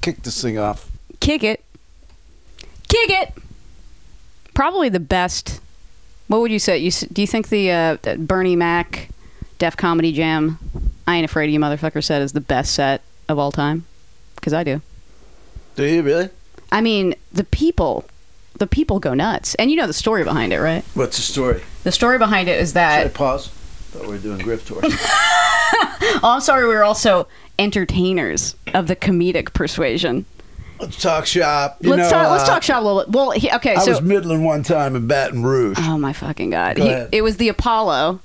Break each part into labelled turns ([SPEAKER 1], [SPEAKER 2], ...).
[SPEAKER 1] kick this thing off.
[SPEAKER 2] Kick it. Kick it. Probably the best. What would you say? You s- do you think the uh, that Bernie Mac Def Comedy Jam I Ain't Afraid of You Motherfucker set is the best set of all time? Cuz I do.
[SPEAKER 1] Do you really?
[SPEAKER 2] I mean, the people the people go nuts. And you know the story behind it, right?
[SPEAKER 1] What's the story?
[SPEAKER 2] The story behind it is
[SPEAKER 1] Should I
[SPEAKER 2] that
[SPEAKER 1] pause? Thought we were doing Griff tour.
[SPEAKER 2] oh, I'm sorry, we were also entertainers of the comedic persuasion.
[SPEAKER 1] let's talk shop. You
[SPEAKER 2] let's
[SPEAKER 1] know,
[SPEAKER 2] talk let's
[SPEAKER 1] uh,
[SPEAKER 2] talk shop a little. bit. Well, he, okay,
[SPEAKER 1] I
[SPEAKER 2] so
[SPEAKER 1] was middling one time in Baton Rouge.
[SPEAKER 2] Oh my fucking god!
[SPEAKER 1] Go
[SPEAKER 2] He-
[SPEAKER 1] ahead.
[SPEAKER 2] it was the Apollo,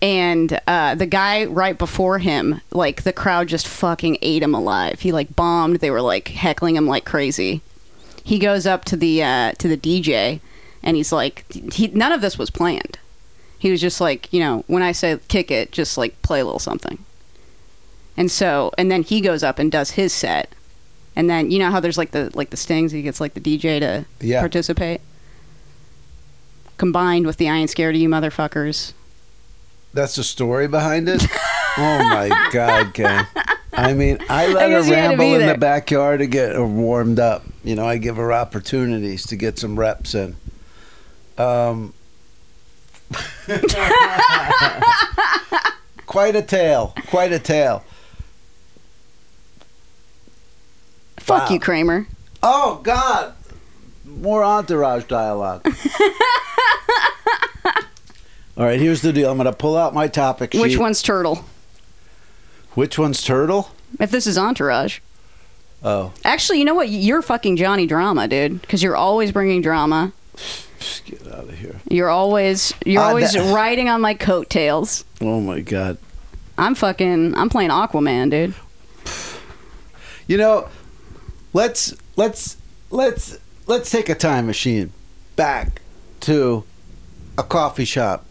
[SPEAKER 2] and uh, the guy right before him, like the crowd just fucking ate him alive. He like bombed. They were like heckling him like crazy. He goes up to the uh, to the DJ, and he's like, he, none of this was planned. He was just like, you know, when I say kick it, just like play a little something. And so, and then he goes up and does his set, and then you know how there's like the like the stings. He gets like the DJ to
[SPEAKER 1] Yeah.
[SPEAKER 2] participate combined with the I ain't scared of you motherfuckers.
[SPEAKER 1] That's the story behind it. oh my God, Ken. I mean, I let
[SPEAKER 2] I guess
[SPEAKER 1] her
[SPEAKER 2] you had to be
[SPEAKER 1] ramble in
[SPEAKER 2] there.
[SPEAKER 1] the backyard to get her warmed up. You know, I give her opportunities to get some reps in. Um, quite a tale. Quite a tale.
[SPEAKER 2] Fuck
[SPEAKER 1] Wow.
[SPEAKER 2] you, Kramer.
[SPEAKER 1] Oh God! More entourage dialogue. All right, here's the deal. I'm going to pull out my topic sheet.
[SPEAKER 2] Which one's turtle?
[SPEAKER 1] Which one's turtle?
[SPEAKER 2] If this is Entourage.
[SPEAKER 1] Oh,
[SPEAKER 2] Actually, you know what? You're fucking Johnny Drama, dude. Because you're always bringing drama.
[SPEAKER 1] psh, get out of here!
[SPEAKER 2] You're always you're
[SPEAKER 1] Uh,
[SPEAKER 2] always
[SPEAKER 1] that-
[SPEAKER 2] riding on my coattails.
[SPEAKER 1] Oh my God!
[SPEAKER 2] I'm fucking I'm playing Aquaman, dude.
[SPEAKER 1] You know, let's let's let's let's take a time machine back to a coffee shop.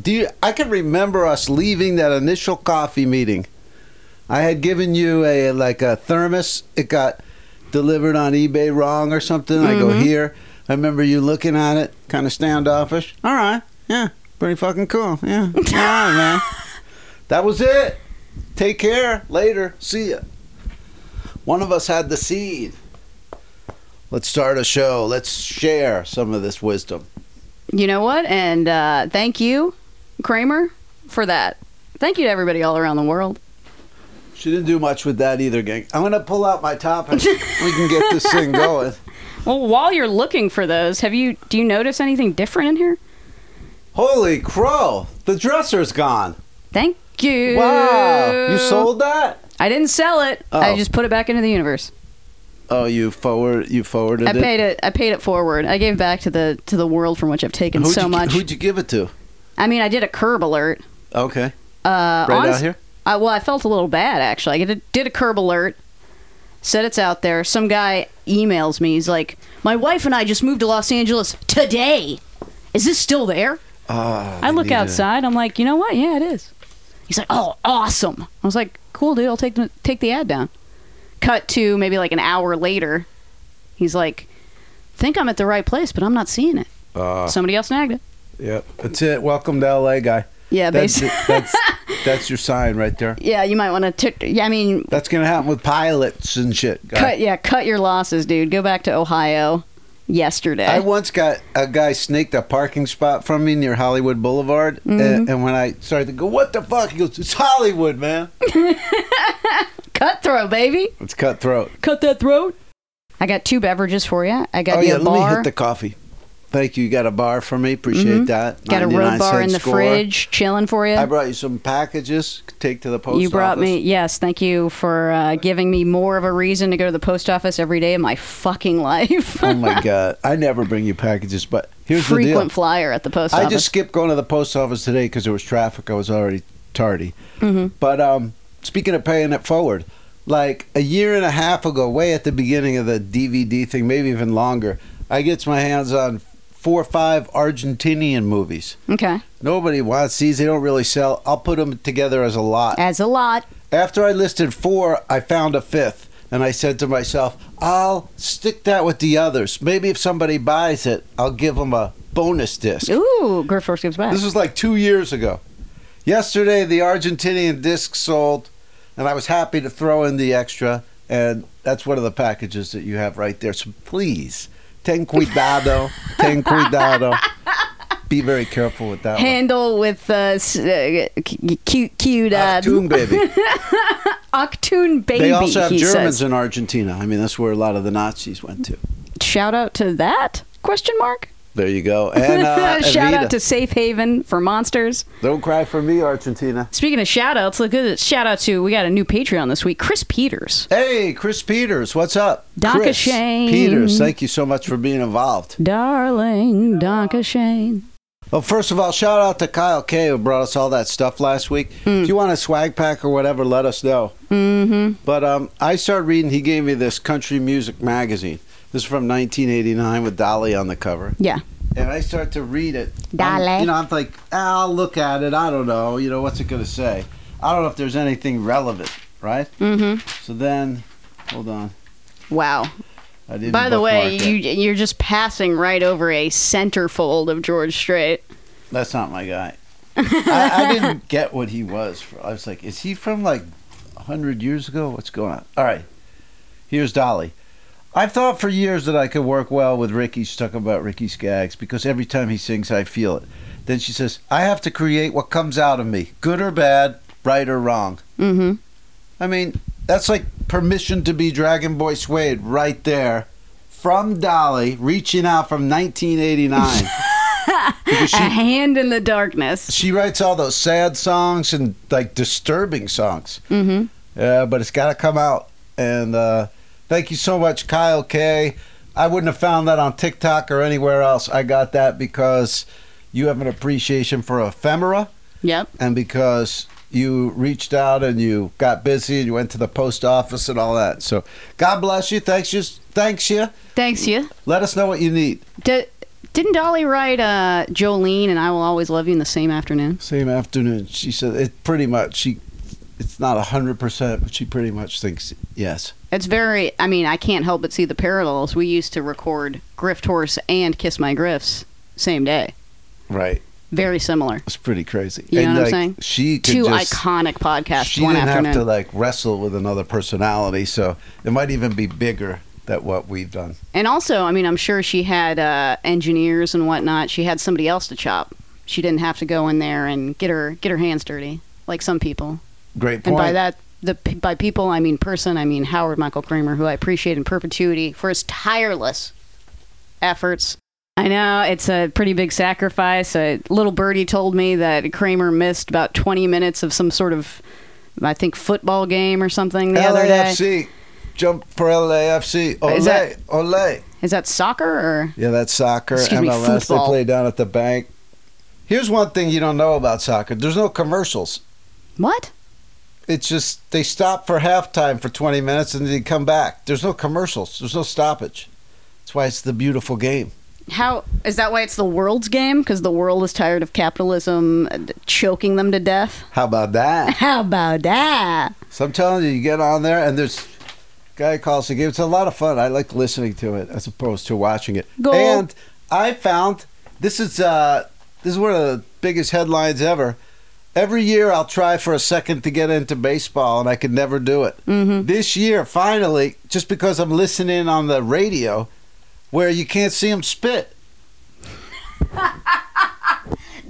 [SPEAKER 1] Do you? I can remember us leaving that initial coffee meeting. I had given you a like a thermos. It got delivered on eBay wrong or something. I go here. I remember you looking at it, kind of standoffish. All right, yeah, pretty fucking cool. Yeah, all right, man. That was it. Take care. Later. See ya. One of us had the seed. Let's start a show. Let's share some of this wisdom.
[SPEAKER 2] You know what? And uh, thank you, Kramer, for that. Thank you to everybody all around the world.
[SPEAKER 1] She didn't do much with that either, gang. I'm gonna pull out my topic. we can get this thing going.
[SPEAKER 2] Well, while you're looking for those, have you do you notice anything different in here?
[SPEAKER 1] Holy crow! The dresser's gone.
[SPEAKER 2] Thank you.
[SPEAKER 1] Wow! You sold that?
[SPEAKER 2] I didn't sell it.
[SPEAKER 1] Oh.
[SPEAKER 2] I just put it back into the universe.
[SPEAKER 1] Oh, you forward you forwarded
[SPEAKER 2] I
[SPEAKER 1] it.
[SPEAKER 2] paid it. I paid it forward. I gave back to the to the world from which I've taken
[SPEAKER 1] Who'd
[SPEAKER 2] so
[SPEAKER 1] you,
[SPEAKER 2] much.
[SPEAKER 1] Who'd you give it to?
[SPEAKER 2] I mean, I did a curb alert.
[SPEAKER 1] Okay,
[SPEAKER 2] Uh,
[SPEAKER 1] right
[SPEAKER 2] honest-
[SPEAKER 1] out here.
[SPEAKER 2] I, well, I felt a little bad actually. I did, did a curb alert. Said it's out there. Some guy emails me. He's like, "My wife and I just moved to Los Angeles today. Is this still there?"
[SPEAKER 1] Oh,
[SPEAKER 2] I
[SPEAKER 1] we
[SPEAKER 2] look
[SPEAKER 1] need to-
[SPEAKER 2] outside. I'm like, you know what? Yeah, it is. He's like, oh, awesome. I was like, cool, dude. I'll take the, take the ad down. Cut to maybe like an hour later. He's like, think I'm at the right place, but I'm not seeing it.
[SPEAKER 1] Ah.
[SPEAKER 2] Somebody else snagged it.
[SPEAKER 1] Yep, that's it. Welcome to LA, guy.
[SPEAKER 2] Yeah,
[SPEAKER 1] That's
[SPEAKER 2] basically.
[SPEAKER 1] it. that's that's your sign right there.
[SPEAKER 2] Yeah, you might want to. tick yeah, I mean,
[SPEAKER 1] That's gonna happen with pilots and shit. guy.
[SPEAKER 2] cut. Yeah, cut your losses, dude. Go back to Ohio yesterday.
[SPEAKER 1] I once got a guy snaked a parking spot from me near Hollywood Boulevard,
[SPEAKER 2] Mm-hmm.
[SPEAKER 1] and, and when I started to go, "What the fuck?" He goes, "It's Hollywood, man.
[SPEAKER 2] Cutthroat, baby.
[SPEAKER 1] It's cutthroat."
[SPEAKER 2] Cut that throat. I got two beverages for you. I got
[SPEAKER 1] oh
[SPEAKER 2] you
[SPEAKER 1] yeah,
[SPEAKER 2] a
[SPEAKER 1] let
[SPEAKER 2] bar. Mm-hmm.
[SPEAKER 1] me hit the coffee. Thank you. You got a bar for me. Appreciate that.
[SPEAKER 2] got a
[SPEAKER 1] 99
[SPEAKER 2] road bar
[SPEAKER 1] cent
[SPEAKER 2] in the
[SPEAKER 1] score.
[SPEAKER 2] fridge, chilling for you.
[SPEAKER 1] I brought you some packages. to Take to the post.
[SPEAKER 2] you brought me
[SPEAKER 1] office.
[SPEAKER 2] yes thank you for uh, giving me more of a reason to go to the post office every day of my fucking life
[SPEAKER 1] oh my god! I never bring you packages, but here's the deal.
[SPEAKER 2] frequent flyer at the post
[SPEAKER 1] I
[SPEAKER 2] office
[SPEAKER 1] just skipped going to the post office today because there was traffic. I was already tardy. But um, speaking of paying it forward, like a year and a half ago, way at the beginning of the DVD thing, maybe even longer, I gets my hands on four or five Argentinian movies.
[SPEAKER 2] okay
[SPEAKER 1] Nobody wants these. They don't really sell. I'll put them together as a lot.
[SPEAKER 2] as a lot
[SPEAKER 1] After I listed four, I found a fifth. And I said to myself, I'll stick that with the others. Maybe if somebody buys it, I'll give them a bonus disc.
[SPEAKER 2] ooh griff force gives back
[SPEAKER 1] This was like two years ago. Yesterday, the Argentinian disc sold, and I was happy to throw in the extra. and that's one of the packages that you have right there. So please, ten cuidado, ten cuidado. Be very careful with that one.
[SPEAKER 2] Handle with uh, s- uh, c- c- cute uh,
[SPEAKER 1] Octoon baby.
[SPEAKER 2] Octoon baby.
[SPEAKER 1] They also have
[SPEAKER 2] he
[SPEAKER 1] Germans
[SPEAKER 2] says.
[SPEAKER 1] in Argentina. I mean, that's where a lot of the Nazis went to.
[SPEAKER 2] Shout out to that question mark.
[SPEAKER 1] There you go. And uh,
[SPEAKER 2] shout out
[SPEAKER 1] Evita.
[SPEAKER 2] to Safe Haven for monsters.
[SPEAKER 1] Don't cry for me, Argentina.
[SPEAKER 2] Speaking of shout outs, look at it. Shout out to we got a new Patreon this week, Chris Peters.
[SPEAKER 1] Hey, Chris Peters, what's up?
[SPEAKER 2] Donka
[SPEAKER 1] Chris
[SPEAKER 2] Shane.
[SPEAKER 1] Peters, thank you so much for being involved.
[SPEAKER 2] Darling Donka Shane.
[SPEAKER 1] Well, first of all, shout out to Kyle K who brought us all that stuff last week. If you want a swag pack or whatever, let us know.
[SPEAKER 2] Hmm. Mm-hmm.
[SPEAKER 1] But um, I started reading. He gave me this country music magazine. This is from 1989 with Dolly on the cover.
[SPEAKER 2] Yeah.
[SPEAKER 1] and I start to read it.
[SPEAKER 2] Dale.
[SPEAKER 1] I'm- You know, I'm like, "Ah, I'll look at it. I don't know. You know, what's it going to say? I don't know if there's anything relevant, right?
[SPEAKER 2] Mm-hmm.
[SPEAKER 1] So then, hold on.
[SPEAKER 2] Wow.
[SPEAKER 1] I didn't.
[SPEAKER 2] By the way,
[SPEAKER 1] bookmark
[SPEAKER 2] you
[SPEAKER 1] it.
[SPEAKER 2] you're just passing right over a centerfold of George Strait.
[SPEAKER 1] that's not my guy. I, I didn't get what he was. For. I was like, is he from like 100 years ago? What's going on? All right, here's Dolly. I've thought for years that I could work well with Ricky. She's talking about Ricky Skaggs because every time he sings, I feel it. Then she says, I have to create what comes out of me, good or bad, right or wrong.
[SPEAKER 2] Mm-hmm.
[SPEAKER 1] I mean, that's like permission to be Dragon Boy Suede right there from Dolly, reaching out from 1989. because
[SPEAKER 2] a
[SPEAKER 1] she,
[SPEAKER 2] hand in the darkness.
[SPEAKER 1] she writes all those sad songs and like disturbing songs,
[SPEAKER 2] Mm-hmm.
[SPEAKER 1] uh, but it's got to come out. And uh, thank you so much, Kyle K. I wouldn't have found that on TikTok or anywhere else. I got that because you have an appreciation for ephemera
[SPEAKER 2] Yep.
[SPEAKER 1] and because you reached out and you got busy and you went to the post office and all that. So God bless you. Thanks you. Thanks you.
[SPEAKER 2] Thanks you.
[SPEAKER 1] Let us know what you need.
[SPEAKER 2] D- didn't Dolly write uh, Jolene and I Will Always Love You in the same afternoon?
[SPEAKER 1] Same afternoon. She said it pretty much. She it's not hundred percent, but she pretty much thinks yes.
[SPEAKER 2] It's very, I mean, I can't help but see the parallels. We used to record Grift Horse and Kiss My Grifts same day.
[SPEAKER 1] Right.
[SPEAKER 2] Very similar.
[SPEAKER 1] It's pretty crazy.
[SPEAKER 2] You know
[SPEAKER 1] and
[SPEAKER 2] what I'm
[SPEAKER 1] like,
[SPEAKER 2] saying?
[SPEAKER 1] She could
[SPEAKER 2] Two
[SPEAKER 1] just,
[SPEAKER 2] iconic podcasts
[SPEAKER 1] She
[SPEAKER 2] one
[SPEAKER 1] didn't
[SPEAKER 2] afternoon.
[SPEAKER 1] have to like wrestle with another personality, so it might even be bigger than what we've done.
[SPEAKER 2] and also, I mean, I'm sure she had uh, engineers and whatnot. She had somebody else to chop. She didn't have to go in there and get her get her hands dirty like some people.
[SPEAKER 1] Great
[SPEAKER 2] And
[SPEAKER 1] point.
[SPEAKER 2] by that, the p- by people, I mean person. I mean Howard Michael Kramer, who I appreciate in perpetuity for his tireless efforts. I know it's a pretty big sacrifice. A little birdie told me that Kramer missed about 20 minutes of some sort of, I think, football game or something the other day.
[SPEAKER 1] LAFC. Jump for LAFC. Ole,
[SPEAKER 2] Is that-
[SPEAKER 1] ole.
[SPEAKER 2] Is that soccer or?
[SPEAKER 1] Yeah, that's soccer.
[SPEAKER 2] Excuse me,
[SPEAKER 1] MLS,
[SPEAKER 2] football.
[SPEAKER 1] They play down at the bank. Here's one thing you don't know about soccer. There's no commercials.
[SPEAKER 2] What?
[SPEAKER 1] It's just they stop for halftime for 20 minutes and then they come back. There's no commercials. There's no stoppage. That's why it's the beautiful game.
[SPEAKER 2] How is that why it's the world's game? Because the world is tired of capitalism uh, choking them to death.
[SPEAKER 1] How about that?
[SPEAKER 2] How about that?
[SPEAKER 1] so I'm telling you, you get on there and there's guy calls the game. It's a lot of fun. I like listening to it as opposed to watching it.
[SPEAKER 2] Goal.
[SPEAKER 1] And I found this is uh, this is one of the biggest headlines ever. Every year I'll try for a second to get into baseball and I could never do it.
[SPEAKER 2] Mm-hmm.
[SPEAKER 1] This year, finally, just because I'm listening on the radio where you can't see them spit.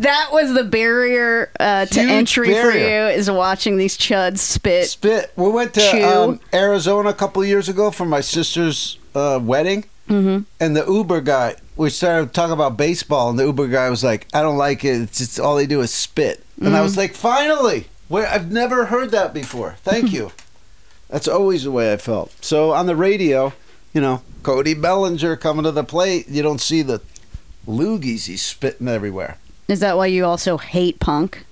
[SPEAKER 2] That was the barrier uh, to
[SPEAKER 1] Huge
[SPEAKER 2] entry for
[SPEAKER 1] barrier.
[SPEAKER 2] you is watching these chuds spit.
[SPEAKER 1] Spit. We went
[SPEAKER 2] Chew.
[SPEAKER 1] to um, Arizona a couple of years ago for my sister's uh, wedding.
[SPEAKER 2] Mm-hmm.
[SPEAKER 1] and the Uber guy, we started talking about baseball, and the Uber guy was like, "I don't like it. It's just all they do is spit." And I was
[SPEAKER 2] Mm-hmm.
[SPEAKER 1] like, "Finally, where I've never heard that before.
[SPEAKER 2] Mm-hmm.
[SPEAKER 1] Thank you." That's always the way I felt. So on the radio, you know, Cody Bellinger coming to the plate, you don't see the loogies he's spitting everywhere.
[SPEAKER 2] Is that why you also hate punk?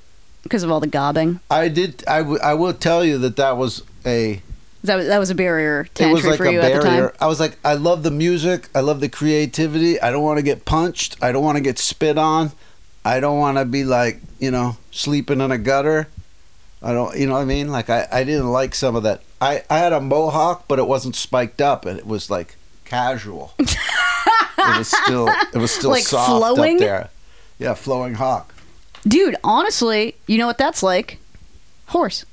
[SPEAKER 2] Because of all the gobbing?
[SPEAKER 1] I did. I, w- I will tell you that that was a
[SPEAKER 2] That was, that was a barrier to
[SPEAKER 1] it was
[SPEAKER 2] entry
[SPEAKER 1] like
[SPEAKER 2] for
[SPEAKER 1] a
[SPEAKER 2] you at the time.
[SPEAKER 1] barrier. I was like, I love the music. I love the creativity. I don't want to get punched. I don't want to get spit on. I don't want to be like, you know, sleeping in a gutter. I don't, you know what I mean? Like, I, I didn't like some of that. I, I had a mohawk, but it wasn't spiked up and it was like casual. it was still, it was still
[SPEAKER 2] Like
[SPEAKER 1] soft
[SPEAKER 2] flowing?
[SPEAKER 1] up there. Yeah, flowing hawk.
[SPEAKER 2] Dude, honestly, you know what that's like? Horse.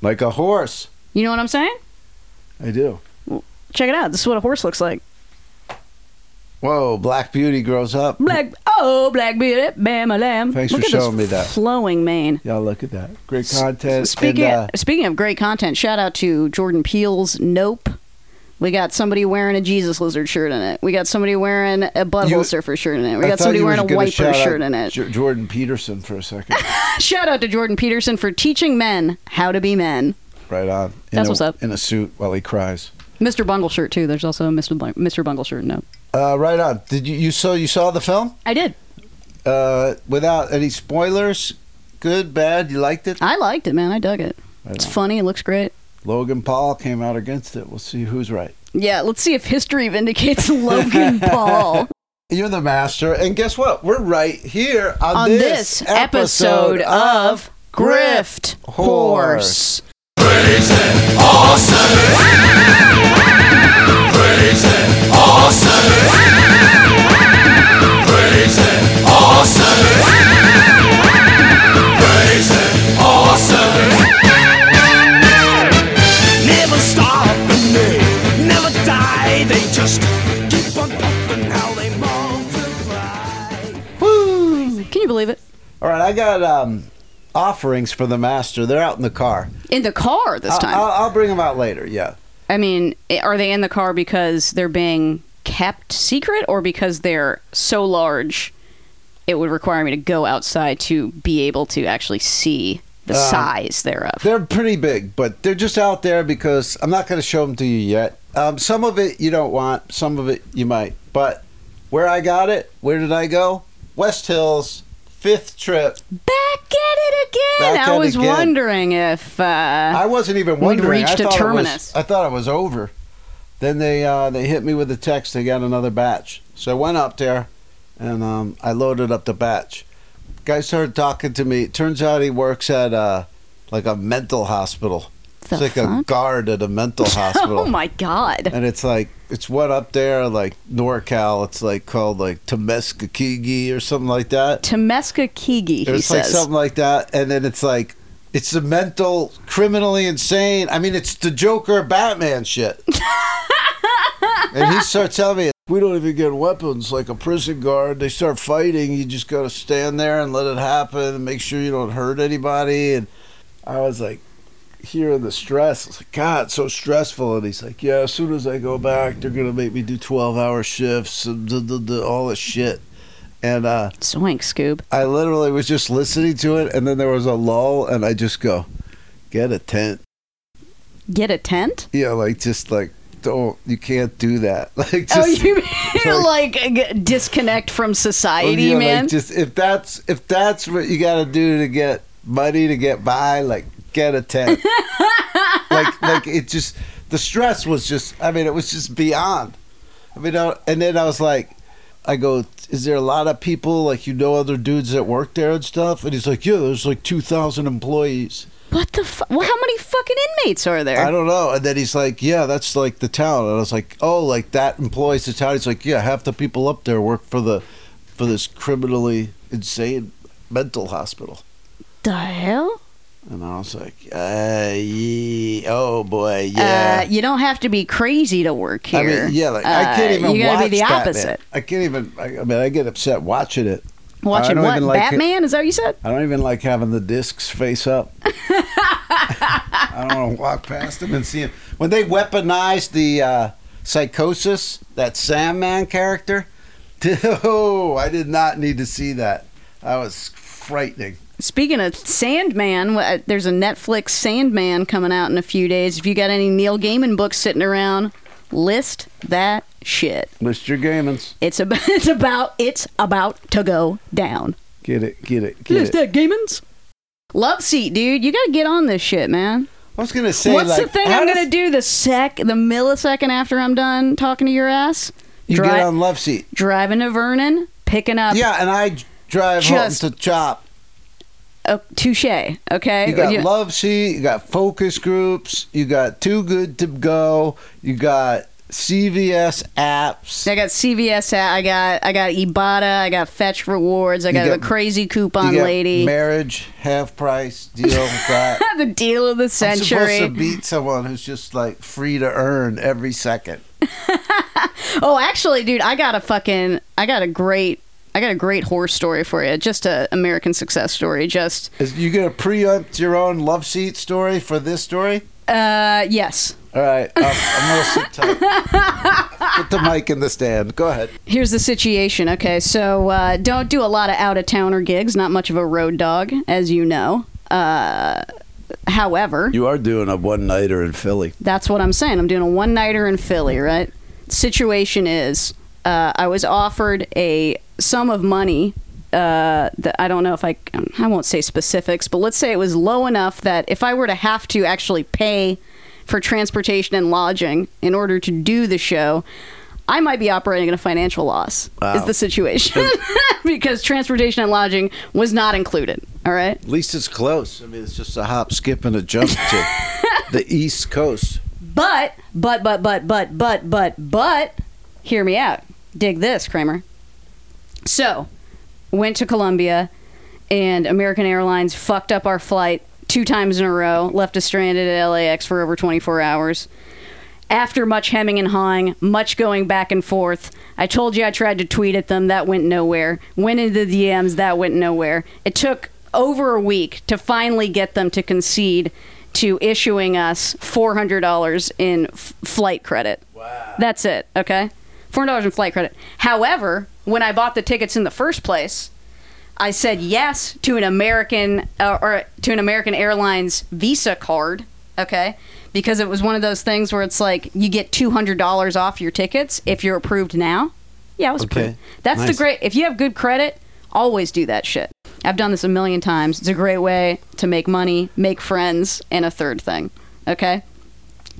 [SPEAKER 1] Like a horse.
[SPEAKER 2] You know what I'm saying?
[SPEAKER 1] I do.
[SPEAKER 3] Check it out. This is what a horse looks like.
[SPEAKER 1] Whoa, Black Beauty grows up.
[SPEAKER 3] Black, oh, black beauty, bam, a lamb.
[SPEAKER 1] Thanks
[SPEAKER 3] Look
[SPEAKER 1] for
[SPEAKER 3] at this
[SPEAKER 1] showing me that.
[SPEAKER 3] Flowing mane.
[SPEAKER 1] Y'all look at that. Great content.
[SPEAKER 2] Speaking
[SPEAKER 1] and, uh,
[SPEAKER 2] speaking of great content, shout out to Jordan Peele's Nope. We got somebody wearing a Jesus lizard shirt in it. We got somebody wearing a butthole
[SPEAKER 1] You-
[SPEAKER 2] surfer shirt in it. We
[SPEAKER 1] I
[SPEAKER 2] got
[SPEAKER 1] thought
[SPEAKER 2] somebody
[SPEAKER 1] you
[SPEAKER 2] wearing a
[SPEAKER 1] was gonna
[SPEAKER 2] wiper
[SPEAKER 1] shout out
[SPEAKER 2] shirt in it.
[SPEAKER 1] J- Jordan Peterson for a second.
[SPEAKER 2] shout out to Jordan Peterson for teaching men how to be men.
[SPEAKER 1] right on. In
[SPEAKER 2] That's
[SPEAKER 1] a,
[SPEAKER 2] what's up.
[SPEAKER 1] In a suit while he cries.
[SPEAKER 2] Mr. Bungle shirt too. There's also a Mr. Bun- Mr. Bungle shirt. No,
[SPEAKER 1] Uh, right on. Did you you saw you saw the film
[SPEAKER 2] I did.
[SPEAKER 1] uh, without any spoilers? Good, bad. You liked it.
[SPEAKER 2] I liked it, man. I dug it.
[SPEAKER 1] Right
[SPEAKER 2] It's
[SPEAKER 1] on.
[SPEAKER 2] funny. It looks great.
[SPEAKER 1] Logan Paul came out against it. We'll see who's right.
[SPEAKER 2] Yeah, let's see if history vindicates Logan Paul
[SPEAKER 1] You're the master, and guess what? We're right here on,
[SPEAKER 2] on this episode of Grift Horse.
[SPEAKER 4] Never stop and they never die. They just keep on pumping how they multiply.
[SPEAKER 1] Woo!
[SPEAKER 2] Can you believe it?
[SPEAKER 1] All right, I got um, offerings for the master. They're out in the car.
[SPEAKER 2] In the car this
[SPEAKER 1] I-
[SPEAKER 2] time.
[SPEAKER 1] I'll, I'll bring them out later. Yeah.
[SPEAKER 2] I mean, i- are they in the car because they're being kept secret or because they're so large it would require me to go outside to be able to actually see the
[SPEAKER 1] Uh,
[SPEAKER 2] size thereof?
[SPEAKER 1] They're pretty big, but they're just out there because I'm not going to show them to you yet. Um, some of it you don't want, some of it you might. But where I got it, where did I go? West Hills, fifth trip.
[SPEAKER 2] Back at it again!
[SPEAKER 1] Back at
[SPEAKER 2] I
[SPEAKER 1] it
[SPEAKER 2] was
[SPEAKER 1] again.
[SPEAKER 2] wondering if. Uh,
[SPEAKER 1] I wasn't even
[SPEAKER 2] we'd
[SPEAKER 1] wondering. I
[SPEAKER 2] reached a
[SPEAKER 1] thought it was-
[SPEAKER 2] terminus.
[SPEAKER 1] I thought it was over. Then they uh, they hit me with a text. They got another batch, so I went up there, and um, I loaded up the batch. Guy started talking to me. Turns out he works at uh, like a mental hospital.
[SPEAKER 2] The
[SPEAKER 1] it's like a
[SPEAKER 2] fuck?
[SPEAKER 1] guard at a mental hospital.
[SPEAKER 2] oh my god.
[SPEAKER 1] and it's like it's one up there like NorCal. It's like called like Temeskakigi or something like that.
[SPEAKER 2] Temeska Kigi, he
[SPEAKER 1] It's like
[SPEAKER 2] says.
[SPEAKER 1] something like that, and then it's like it's the mental, criminally insane. I mean, it's the Joker, Batman shit. and he starts telling me. We don't even get weapons like a prison guard. They start fighting. You just got to stand there and let it happen and make sure you don't hurt anybody. And I was like, hearing the stress. I was like, God, it's so stressful. And he's like, Yeah, as soon as I go back, they're gonna make me do twelve hour shifts and duh, duh, duh, all this shit. And uh,
[SPEAKER 2] Zoink, Scoob.
[SPEAKER 1] I literally was just listening to it, and then there was a lull, and I just go, Get a tent.
[SPEAKER 2] Get a tent?
[SPEAKER 1] Yeah, like just like don't you can't do that. Like just.
[SPEAKER 2] oh, you mean like, g- disconnect from
[SPEAKER 1] Oh,
[SPEAKER 2] society,
[SPEAKER 1] yeah, like,
[SPEAKER 2] man?
[SPEAKER 1] just if that's if that's what you got to do to get money to get by, like get a tent. like like it just the stress was just. I mean, it was just beyond. I mean, I, and then I was like, I go, is there a lot of people like you know other dudes that work there and stuff? And he's like, yeah, there's like two thousand employees.
[SPEAKER 2] what the fuck? Well, how many fucking inmates are there?
[SPEAKER 1] I don't know. And then he's like, yeah, that's like the town. And I was like, oh, like that employs the town. He's like, yeah, half the people up there work for the for this criminally insane mental hospital.
[SPEAKER 2] the hell?
[SPEAKER 1] And I was like, uh, ye- oh boy,
[SPEAKER 2] Uh,
[SPEAKER 1] yeah.
[SPEAKER 2] you don't have to be crazy to work
[SPEAKER 1] I
[SPEAKER 2] here.
[SPEAKER 1] mean, yeah, like I
[SPEAKER 2] Uh,
[SPEAKER 1] can't even.
[SPEAKER 2] You gotta
[SPEAKER 1] watch
[SPEAKER 2] be the
[SPEAKER 1] Batman.
[SPEAKER 2] opposite.
[SPEAKER 1] I can't even. I, I mean, I get upset watching it. I
[SPEAKER 2] Watching
[SPEAKER 1] don't
[SPEAKER 2] what?
[SPEAKER 1] even like it.
[SPEAKER 2] Batman? Is that what you said?
[SPEAKER 1] I don't even like having the discs face up. I don't want to walk past them and see them. When they weaponized the uh, psychosis, that Sandman character, oh, I did not need to see that. That was frightening.
[SPEAKER 2] Speaking of Sandman, wh- uh, there's a Netflix Sandman coming out in a few days. If you got any Neil Gaiman books sitting around, list that shit.
[SPEAKER 1] Mr. Gamins.
[SPEAKER 2] It's about it's about it's about to go down.
[SPEAKER 1] Get it, get it, get it.
[SPEAKER 2] that Gaiman's? Love seat, dude. You gotta get on this shit, man.
[SPEAKER 1] I was going to say,
[SPEAKER 2] What's
[SPEAKER 1] like,
[SPEAKER 2] the thing
[SPEAKER 1] how
[SPEAKER 2] I'm
[SPEAKER 1] does-
[SPEAKER 2] gonna do the sec the millisecond after I'm done talking to your ass?
[SPEAKER 1] You
[SPEAKER 2] Dri-
[SPEAKER 1] get on Love Seat.
[SPEAKER 2] driving to Vernon, picking up
[SPEAKER 1] Yeah, and I drive
[SPEAKER 2] Just-
[SPEAKER 1] home to Chop.
[SPEAKER 2] Oh, touche. Okay.
[SPEAKER 1] You got
[SPEAKER 2] You-
[SPEAKER 1] love seat. You got focus groups. You got too good to go. You got CVS apps.
[SPEAKER 2] I got CVS. a- I got I got Ibotta. I got Fetch Rewards. I got,
[SPEAKER 1] got-
[SPEAKER 2] the crazy
[SPEAKER 1] You
[SPEAKER 2] coupon
[SPEAKER 1] got
[SPEAKER 2] lady.
[SPEAKER 1] Marriage half price deal. That.
[SPEAKER 2] the deal of the
[SPEAKER 1] I'm supposed to
[SPEAKER 2] century.
[SPEAKER 1] beat someone who's just like free to earn every second.
[SPEAKER 2] oh, actually, dude, I got a fucking I got a great I got a great horror story for you. Just a American success story. Just
[SPEAKER 1] Is you gonna preempt your own love seat story for this story?
[SPEAKER 2] uh, yes.
[SPEAKER 1] All right, I'm, I'm gonna sit tight. Put the mic in the stand. Go ahead.
[SPEAKER 2] Here's the situation. Okay, so uh, don't do a lot of out of towner gigs. Not much of a road dog, as you know. Uh, however,
[SPEAKER 1] You are doing a one nighter in Philly.
[SPEAKER 2] That's what I'm saying. I'm doing a one nighter in Philly, right? Situation is, uh, I was offered a sum of money. Uh, that I don't know if I, I won't say specifics, but let's say it was low enough that if I were to have to actually pay for transportation and lodging in order to do the show, I might be operating at a financial loss. Is the situation because transportation and lodging was not included. All right.
[SPEAKER 1] At least it's close. I mean, it's just a hop, skip, and a jump to the East Coast.
[SPEAKER 2] But, but, but, but, but, but, but, but, hear me out. Dig this, Kramer. So, went to Colombia, and American Airlines fucked up our flight two times in a row, left us stranded at LAX for over 24 hours. After much hemming and hawing, much going back and forth, I told you I tried to tweet at them. That went nowhere. Went into the DMs. That went nowhere. It took over a week to finally get them to concede to issuing us $400 in f- flight credit. Wow. That's it, okay? $400 in flight credit. However, when I bought the tickets in the first place, I said yes to an American uh, or to an American Airlines Visa card, okay? Because it was one of those things where it's like you get $200 off your tickets if you're approved now. Yeah, I was
[SPEAKER 1] Okay.
[SPEAKER 2] approved. That's the
[SPEAKER 1] Nice.
[SPEAKER 2] great if you have good credit, always do that shit. I've done this a million times. It's a great way to make money, make friends, and a third thing, okay?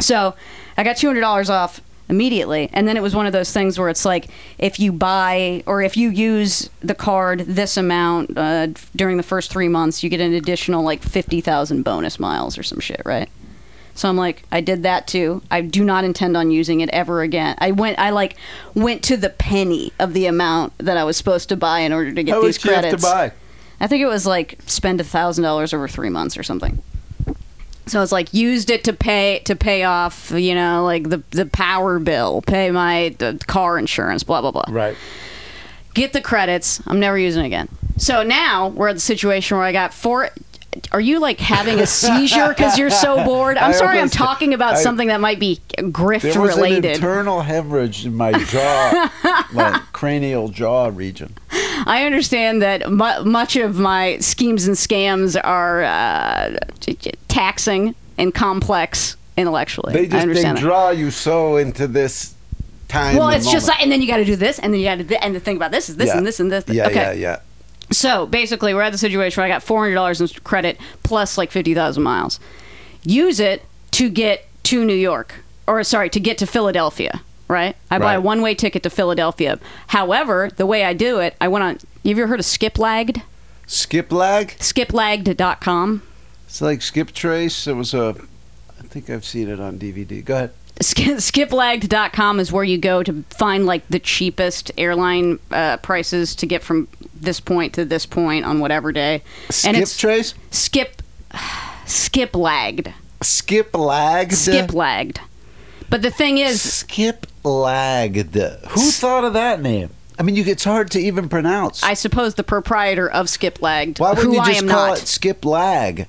[SPEAKER 2] So I got two hundred dollars off immediately, and then it was one of those things where it's like if you buy or if you use the card this amount uh, during the first three months, you get an additional like fifty thousand bonus miles or some shit, right? So I'm like, I did that too. I do not intend on using it ever again. I went, I like went to the penny of the amount that I was supposed to buy in order to get
[SPEAKER 1] How
[SPEAKER 2] these
[SPEAKER 1] much do you have
[SPEAKER 2] credits.
[SPEAKER 1] to buy?
[SPEAKER 2] I think it was like spend a thousand dollars over three months or something. So it's like used it to pay to pay off, you know, like the the power bill, pay my uh, car insurance, blah blah blah.
[SPEAKER 1] Right.
[SPEAKER 2] Get the credits. I'm never using it again. So now we're at the situation where I got four. Are you like having a seizure because you're so bored? I'm
[SPEAKER 1] I
[SPEAKER 2] sorry, I'm
[SPEAKER 1] almost-
[SPEAKER 2] talking about
[SPEAKER 1] I-
[SPEAKER 2] something that might be grift
[SPEAKER 1] There was
[SPEAKER 2] related.
[SPEAKER 1] an internal hemorrhage in my jaw, like cranial jaw region.
[SPEAKER 2] I understand that mu- much of my schemes and scams are uh, t- t- taxing and complex intellectually.
[SPEAKER 1] They
[SPEAKER 2] I
[SPEAKER 1] just they
[SPEAKER 2] understand that.
[SPEAKER 1] draw you so into this time.
[SPEAKER 2] well,
[SPEAKER 1] and
[SPEAKER 2] it's just
[SPEAKER 1] moment.
[SPEAKER 2] like, and then you got to do this, and then you got to, th- and the thing about this is this,
[SPEAKER 1] Yeah.
[SPEAKER 2] and this, and this.
[SPEAKER 1] Yeah,
[SPEAKER 2] okay.
[SPEAKER 1] yeah, yeah.
[SPEAKER 2] So basically, we're at the situation where I got four hundred dollars in credit plus like fifty thousand miles. Use it to get to New York, or sorry, to get to Philadelphia. Right? I buy a
[SPEAKER 1] Right.
[SPEAKER 2] one-way ticket to Philadelphia. However, the way I do it, I went on. You ever heard of Skip Lagged?
[SPEAKER 1] Skip lag.
[SPEAKER 2] Skiplagged.com.
[SPEAKER 1] It's like Skip Trace. It was a. I think I've seen it on DVD. Go ahead.
[SPEAKER 2] Skip, skiplagged.com is where you go to find like the cheapest airline uh, prices to get from this point to this point on whatever day.
[SPEAKER 1] Skip Trace.
[SPEAKER 2] skip skip lagged.
[SPEAKER 1] Skip lagged.
[SPEAKER 2] Skip lagged. But the thing is,
[SPEAKER 1] Skip lagged. Who thought of that name? I mean, you, it's hard to even pronounce.
[SPEAKER 2] I suppose the proprietor of Skip Lagged,
[SPEAKER 1] Why wouldn't
[SPEAKER 2] who
[SPEAKER 1] you
[SPEAKER 2] I
[SPEAKER 1] just
[SPEAKER 2] am
[SPEAKER 1] call
[SPEAKER 2] not.
[SPEAKER 1] it skip lag?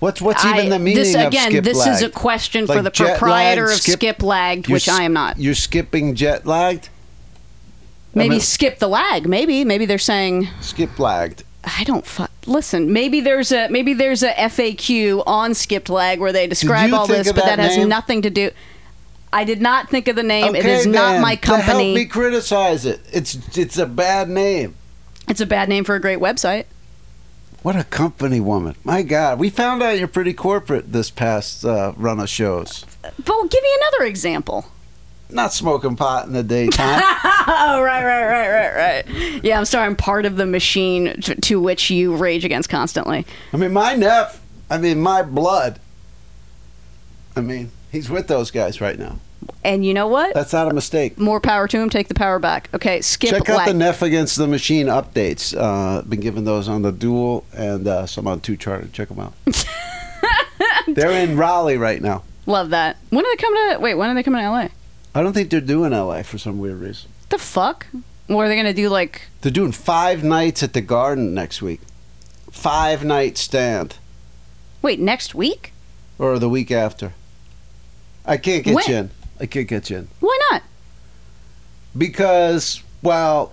[SPEAKER 1] What's what's
[SPEAKER 2] I-
[SPEAKER 1] even the meaning
[SPEAKER 2] this
[SPEAKER 1] of
[SPEAKER 2] again,
[SPEAKER 1] skip
[SPEAKER 2] this
[SPEAKER 1] lag?
[SPEAKER 2] is a question for
[SPEAKER 1] Like
[SPEAKER 2] the
[SPEAKER 1] jet lag,
[SPEAKER 2] proprietor of
[SPEAKER 1] skip-
[SPEAKER 2] skip, Lagged,
[SPEAKER 1] You're
[SPEAKER 2] which
[SPEAKER 1] s-
[SPEAKER 2] I am not.
[SPEAKER 1] You're skipping jet lagged.
[SPEAKER 2] Maybe
[SPEAKER 1] mean-
[SPEAKER 2] skip the lag. Maybe maybe they're saying
[SPEAKER 1] Skip lagged.
[SPEAKER 2] I don't fu- listen. Maybe there's a maybe there's a FAQ on skipped lag where they describe
[SPEAKER 1] you
[SPEAKER 2] all
[SPEAKER 1] think
[SPEAKER 2] this,
[SPEAKER 1] of
[SPEAKER 2] but
[SPEAKER 1] that
[SPEAKER 2] that, has
[SPEAKER 1] name?
[SPEAKER 2] nothing to do. I did not think of the name. it is
[SPEAKER 1] Okay,
[SPEAKER 2] not
[SPEAKER 1] then.
[SPEAKER 2] my
[SPEAKER 1] To help me
[SPEAKER 2] company.
[SPEAKER 1] criticize it. It's it's a bad name.
[SPEAKER 2] It's a bad name for a great website.
[SPEAKER 1] What a company woman! My God, we found out you're pretty corporate this past uh, run of shows.
[SPEAKER 2] But give me another example.
[SPEAKER 1] Not smoking pot in the daytime.
[SPEAKER 2] Oh right, right, right, right, right. Yeah, I'm sorry. I'm part of the machine to, to which you rage against constantly.
[SPEAKER 1] I mean, my neph. I mean, my blood. I mean, he's with those guys right now.
[SPEAKER 2] And you know what?
[SPEAKER 1] That's not a mistake.
[SPEAKER 2] More power to him. Take the power back. Okay, skip
[SPEAKER 1] Check out
[SPEAKER 2] lag-
[SPEAKER 1] the Neff against the Machine updates. Uh, been giving those on the Duel and uh, some on Two Charter. Check them out. they're in Raleigh right now.
[SPEAKER 2] Love that. When are they coming to? Wait, when are they coming to LA?
[SPEAKER 1] I don't think they're doing LA for some weird reason.
[SPEAKER 2] The fuck? Or are they gonna do like?
[SPEAKER 1] They're doing five nights at the Garden next week. Five night stand
[SPEAKER 2] Wait, next week?
[SPEAKER 1] or the week after. I can't get
[SPEAKER 2] When?
[SPEAKER 1] you in. I can't get you in.
[SPEAKER 2] Why not?
[SPEAKER 1] because well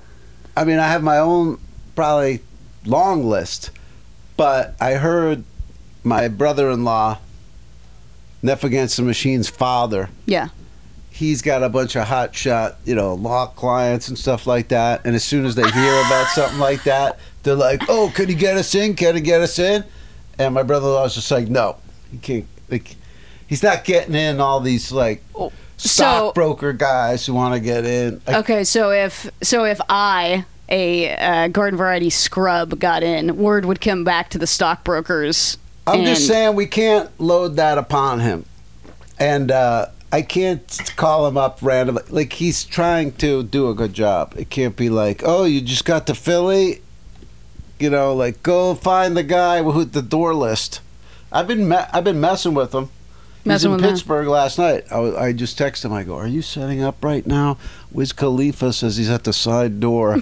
[SPEAKER 1] i mean i have my own probably long list but i heard my brother-in-law neff against the machine's father
[SPEAKER 2] Yeah.
[SPEAKER 1] he's got a bunch of hot shot you know law clients and stuff like that and as soon as they hear about something like that they're like oh could he get us in could he get us in and my brother-in-law's just like no he can't like he's not getting in all these like stockbroker guys who want to get in I
[SPEAKER 2] Okay, so if so if I a uh, garden variety scrub got in, word would come back to the stockbrokers.
[SPEAKER 1] I'm just
[SPEAKER 2] and-
[SPEAKER 1] saying we can't load that upon him, and uh, I can't call him up randomly. Like he's trying to do a good job. It can't be like, oh, you just got to Philly, you know, like go find the guy with the door list. I've been me- I've been messing with him. He's
[SPEAKER 2] Messing
[SPEAKER 1] in
[SPEAKER 2] with him.
[SPEAKER 1] Pittsburgh last night. I, was, I just texted him. I go, "Are you setting up right now?" Wiz Khalifa says he's at the side door.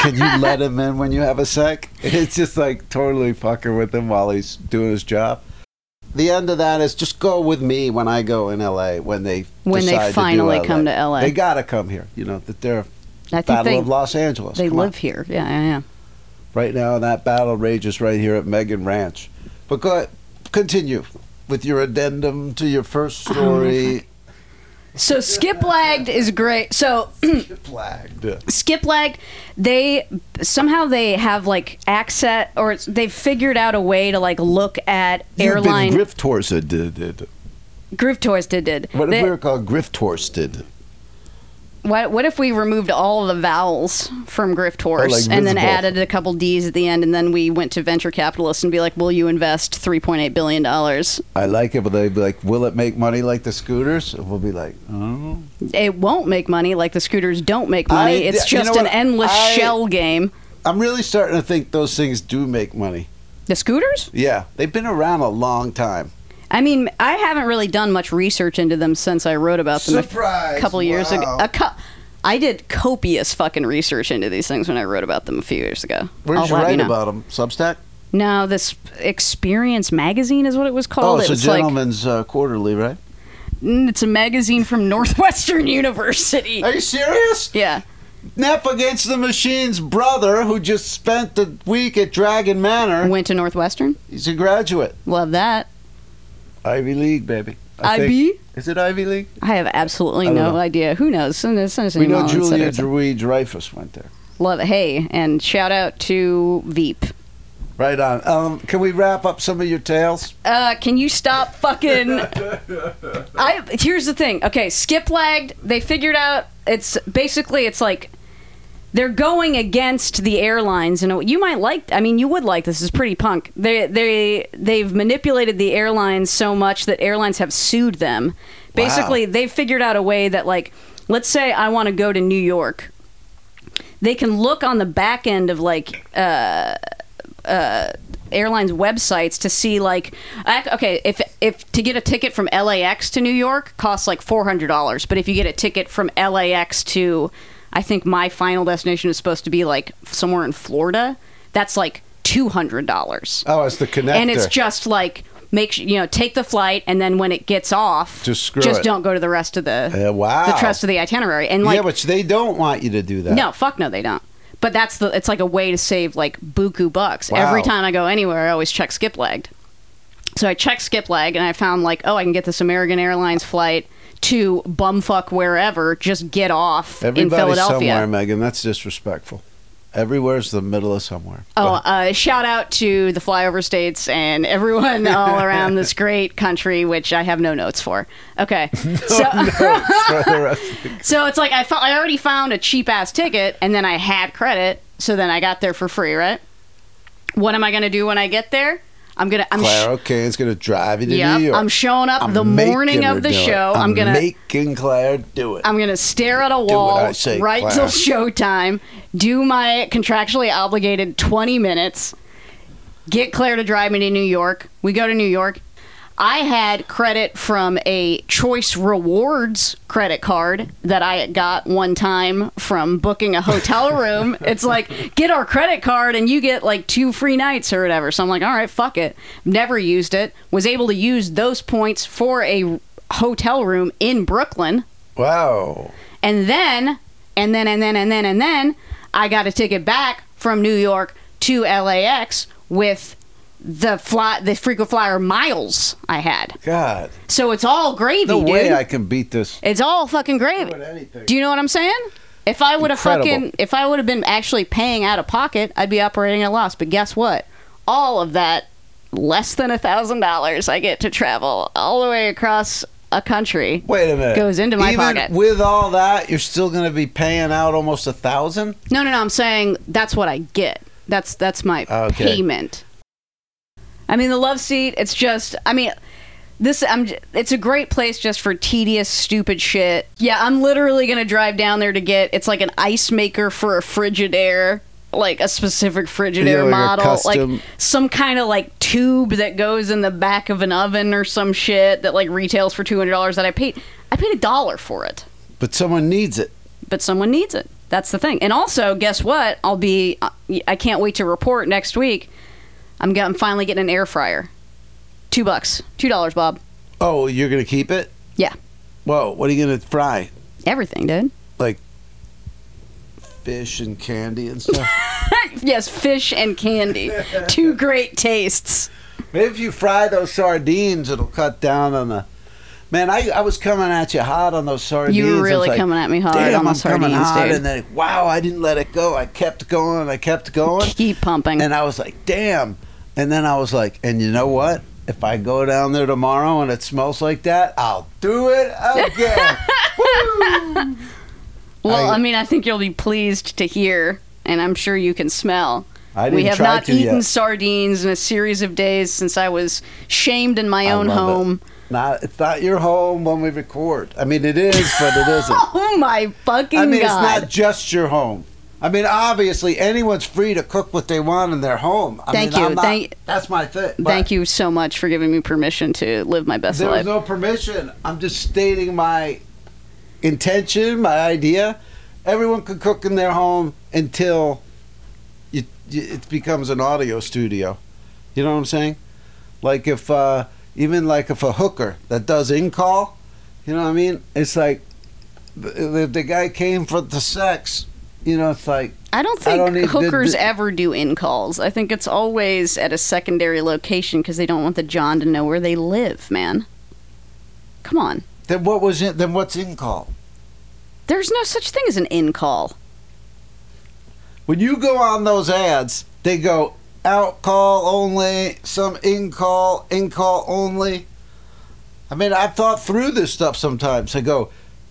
[SPEAKER 1] Can you let him in when you have a sec? It's just like totally fucking with him while he's doing his job. The end of that is just go with me when I go in LA when they
[SPEAKER 2] When they
[SPEAKER 1] decide to do
[SPEAKER 2] finally come to LA.
[SPEAKER 1] They gotta come here. You know that they're
[SPEAKER 2] I think
[SPEAKER 1] Battle
[SPEAKER 2] they,
[SPEAKER 1] of Los Angeles.
[SPEAKER 2] they
[SPEAKER 1] Come on.
[SPEAKER 2] live here. Yeah, yeah, yeah.
[SPEAKER 1] right now. That battle rages right here at Megan Ranch. But go continue with your addendum to your first story.
[SPEAKER 2] So skip lagged is great. So
[SPEAKER 1] Flagged.
[SPEAKER 2] skip lagged, they somehow they have like access or it's- they've figured out a way to like look at airline
[SPEAKER 1] Griff Torsa did, did.
[SPEAKER 2] Groove Tours did did.
[SPEAKER 1] What
[SPEAKER 2] They-
[SPEAKER 1] if we were called Griff Tors did?
[SPEAKER 2] What, what if we removed all of the vowels from Grift Horse
[SPEAKER 1] Oh, like
[SPEAKER 2] and then
[SPEAKER 1] visible.
[SPEAKER 2] added a couple D's at the end, and then we went to venture capitalists and be like, "Will you invest three point eight billion dollars?"
[SPEAKER 1] I like it, but they'd be like, will it make money like the scooters? And we'll be like, oh.
[SPEAKER 2] It won't make money, like the scooters don't make money.
[SPEAKER 1] I-
[SPEAKER 2] it's
[SPEAKER 1] you
[SPEAKER 2] just
[SPEAKER 1] know
[SPEAKER 2] an
[SPEAKER 1] what?
[SPEAKER 2] endless
[SPEAKER 1] I-
[SPEAKER 2] shell game.
[SPEAKER 1] I'm really starting to think those things do make money.
[SPEAKER 2] The scooters?
[SPEAKER 1] Yeah, they've been around a long time.
[SPEAKER 2] I mean, I haven't really done much research into them since I wrote about them
[SPEAKER 1] Surprise,
[SPEAKER 2] a couple years ago.
[SPEAKER 1] wow.
[SPEAKER 2] A co- I did copious fucking research into these things when I wrote about them a few years ago.
[SPEAKER 1] Where'd
[SPEAKER 2] I'll
[SPEAKER 1] you
[SPEAKER 2] let
[SPEAKER 1] write
[SPEAKER 2] Oh, know.
[SPEAKER 1] about them? Substack?
[SPEAKER 2] No, this Experience magazine is what it was
[SPEAKER 1] Oh,
[SPEAKER 2] called.
[SPEAKER 1] it's a
[SPEAKER 2] it was like
[SPEAKER 1] gentleman's uh, quarterly, right?
[SPEAKER 2] Mm, It's a magazine from Northwestern University.
[SPEAKER 1] Are you serious?
[SPEAKER 2] Yeah.
[SPEAKER 1] Nep against the machine's brother, who just spent the week at Dragon Manor.
[SPEAKER 2] Went to Northwestern.
[SPEAKER 1] He's a graduate.
[SPEAKER 2] Love that.
[SPEAKER 1] Ivy League, baby. I think-
[SPEAKER 2] IB?
[SPEAKER 1] Is it Ivy League?
[SPEAKER 2] I have absolutely
[SPEAKER 1] I don't
[SPEAKER 2] no
[SPEAKER 1] know.
[SPEAKER 2] idea. Who knows? Send us, send us an
[SPEAKER 1] We
[SPEAKER 2] email
[SPEAKER 1] know
[SPEAKER 2] and send
[SPEAKER 1] Julia
[SPEAKER 2] us-
[SPEAKER 1] Louis Dreyfus went there.
[SPEAKER 2] Love it. Hey, and shout out to Veep.
[SPEAKER 1] Right on. Um, can we wrap up some of your tales?
[SPEAKER 2] Uh, can you stop fucking? I here's the thing. Okay, skip lagged. They figured out it's basically it's like they're going against the airlines, and you might like. I mean, you would like this. It's pretty punk. They they they've manipulated the airlines so much that airlines have sued them. Basically, they figured out a way that like, let's say I want to go to New York. They can look on the back end of like airlines websites to see like ac- okay if if to get a ticket from LAX to New York costs like $400 but if you get a ticket from LAX to I think my final destination is supposed to be like somewhere in Florida that's like $200
[SPEAKER 1] Oh, it's the connector.
[SPEAKER 2] and it's just like make su- you know take the flight and then when it gets off
[SPEAKER 1] Just screw it.
[SPEAKER 2] don't go to the rest of the
[SPEAKER 1] Uh, wow.
[SPEAKER 2] the rest of the itinerary and like
[SPEAKER 1] yeah, but they don't want you to do that.
[SPEAKER 2] no, fuck no, they don't. But that's the. It's like a way to save like buku bucks.
[SPEAKER 1] Wow.
[SPEAKER 2] Every time I go anywhere, I always check skip lagged. So I checked skip lag, and I found like, oh, I can get this American Airlines flight to bumfuck wherever. Just get off in
[SPEAKER 1] Everybody's
[SPEAKER 2] Philadelphia.
[SPEAKER 1] somewhere, Megan. That's disrespectful. Everywhere's the middle of somewhere.
[SPEAKER 2] Oh, uh, shout out to the flyover states and everyone all around this great country, which I have no notes for. Okay, so
[SPEAKER 1] For the rest-
[SPEAKER 2] So it's like I, fo- I already found a cheap ass ticket and then I had credit, so then I got there for free, right? What am I going to do when I get there? I'm gonna. I'm. Sh-
[SPEAKER 1] Clara Kane's gonna drive you to New
[SPEAKER 2] yep.
[SPEAKER 1] York.
[SPEAKER 2] I'm showing up
[SPEAKER 1] I'm
[SPEAKER 2] the
[SPEAKER 1] making
[SPEAKER 2] morning
[SPEAKER 1] her
[SPEAKER 2] of the
[SPEAKER 1] do it.
[SPEAKER 2] show. I'm,
[SPEAKER 1] I'm
[SPEAKER 2] gonna.
[SPEAKER 1] making Claire do it.
[SPEAKER 2] I'm gonna stare at a
[SPEAKER 1] Do what I
[SPEAKER 2] wall
[SPEAKER 1] say,
[SPEAKER 2] right
[SPEAKER 1] Clara.
[SPEAKER 2] till showtime. Do my contractually obligated 20 minutes. Get Claire to drive me to New York. We go to New York. I had credit from a Choice Rewards credit card that I got one time from booking a hotel room. it's like, get our credit card and you get like two free nights or whatever. So I'm like, all right, fuck it. Never used it. Was able to use those points for a hotel room in Brooklyn.
[SPEAKER 1] wow.
[SPEAKER 2] And then, and then, and then, and then, and then, I got a ticket back from New York to LAX with the fly, the frequent flyer miles I had.
[SPEAKER 1] God.
[SPEAKER 2] So it's all gravy,
[SPEAKER 1] No
[SPEAKER 2] dude.
[SPEAKER 1] way I can beat this.
[SPEAKER 2] it's all fucking gravy.
[SPEAKER 1] Doing anything.
[SPEAKER 2] Do you know what I'm saying? If I would have
[SPEAKER 1] Incredible.
[SPEAKER 2] fucking, if I would have been actually paying out of pocket, I'd be operating at a loss. But guess what? All of that, less than a thousand dollars, I get to travel all the way across a country.
[SPEAKER 1] Wait a minute.
[SPEAKER 2] Goes into my
[SPEAKER 1] Even
[SPEAKER 2] pocket.
[SPEAKER 1] With all that, you're still gonna be paying out almost a thousand.
[SPEAKER 2] No, no, no. I'm saying that's what I get. That's that's my
[SPEAKER 1] Ah, Okay.
[SPEAKER 2] payment. I mean, the love seat. It's just. I mean, this. I'm. j- It's a great place just for tedious, stupid shit. Yeah, I'm literally gonna drive down there to get. It's like an ice maker for a Frigidaire, like a specific Frigidaire
[SPEAKER 1] like a
[SPEAKER 2] model,
[SPEAKER 1] custom-
[SPEAKER 2] like some kind of like tube that goes in the back of an oven or some shit that like retails for two hundred dollars. That I paid. I paid a dollar for it
[SPEAKER 1] But someone needs it.
[SPEAKER 2] but someone needs it. That's the thing. And also, guess what? I'll be. uh, I can't wait to report next week. I'm, get, I'm finally getting an air fryer. Two bucks, two dollars, Bob.
[SPEAKER 1] Oh, you're gonna keep it?
[SPEAKER 2] Yeah,
[SPEAKER 1] Whoa, what are you gonna fry?
[SPEAKER 2] everything, dude.
[SPEAKER 1] Like fish and candy and stuff?
[SPEAKER 2] Yes, fish and candy, two great tastes.
[SPEAKER 1] Maybe if you fry those sardines, it'll cut down on the. Man, I, I was coming at you hot on those sardines.
[SPEAKER 2] You were
[SPEAKER 1] It's
[SPEAKER 2] really
[SPEAKER 1] like,
[SPEAKER 2] coming at me hard
[SPEAKER 1] Damn,
[SPEAKER 2] on the
[SPEAKER 1] I'm coming
[SPEAKER 2] sardines,
[SPEAKER 1] hot,
[SPEAKER 2] dude.
[SPEAKER 1] and then wow, I didn't let it go. I kept going, and I kept going,
[SPEAKER 2] Keep pumping.
[SPEAKER 1] and I was like, damn. And then I was like, and you know what? If I go down there tomorrow and it smells like that, I'll do it again.
[SPEAKER 2] well,
[SPEAKER 1] I-
[SPEAKER 2] I, mean, I think you'll be pleased to hear, and I'm sure you can smell.
[SPEAKER 1] I didn't
[SPEAKER 2] we have
[SPEAKER 1] try
[SPEAKER 2] not
[SPEAKER 1] to
[SPEAKER 2] eaten
[SPEAKER 1] yet.
[SPEAKER 2] sardines in a series of days since I was shamed in my
[SPEAKER 1] I
[SPEAKER 2] own
[SPEAKER 1] love it.
[SPEAKER 2] home.
[SPEAKER 1] Not it's not your home when we record. I mean, it is, but it isn't.
[SPEAKER 2] Oh my fucking
[SPEAKER 1] I mean,
[SPEAKER 2] god!
[SPEAKER 1] it's not just your home. I mean, obviously, anyone's free to cook what they want in their home. I
[SPEAKER 2] Thank
[SPEAKER 1] mean,
[SPEAKER 2] you.
[SPEAKER 1] I'm not-
[SPEAKER 2] Thank-
[SPEAKER 1] that's my thing. but
[SPEAKER 2] Thank you so much for giving me permission to live my best
[SPEAKER 1] There was
[SPEAKER 2] life.
[SPEAKER 1] no permission. I'm just stating my intention, my idea. Everyone can cook in their home until you, you, it becomes an audio studio. You know what I'm saying? Like if uh, even like if a hooker that does in call, you know what I mean? It's like the, the guy came for the sex. You know, it's like
[SPEAKER 2] I don't
[SPEAKER 1] I
[SPEAKER 2] think
[SPEAKER 1] don't need-
[SPEAKER 2] hookers
[SPEAKER 1] the- the-
[SPEAKER 2] ever do in calls. I think it's always at a secondary location because they don't want the John to know where they live, man. Come on.
[SPEAKER 1] then what was it? Then what's in call?
[SPEAKER 2] There's no such thing as an in call.
[SPEAKER 1] when you go on those ads, they go out call only, some in call, in call only. I mean, I've thought through this stuff sometimes. I go,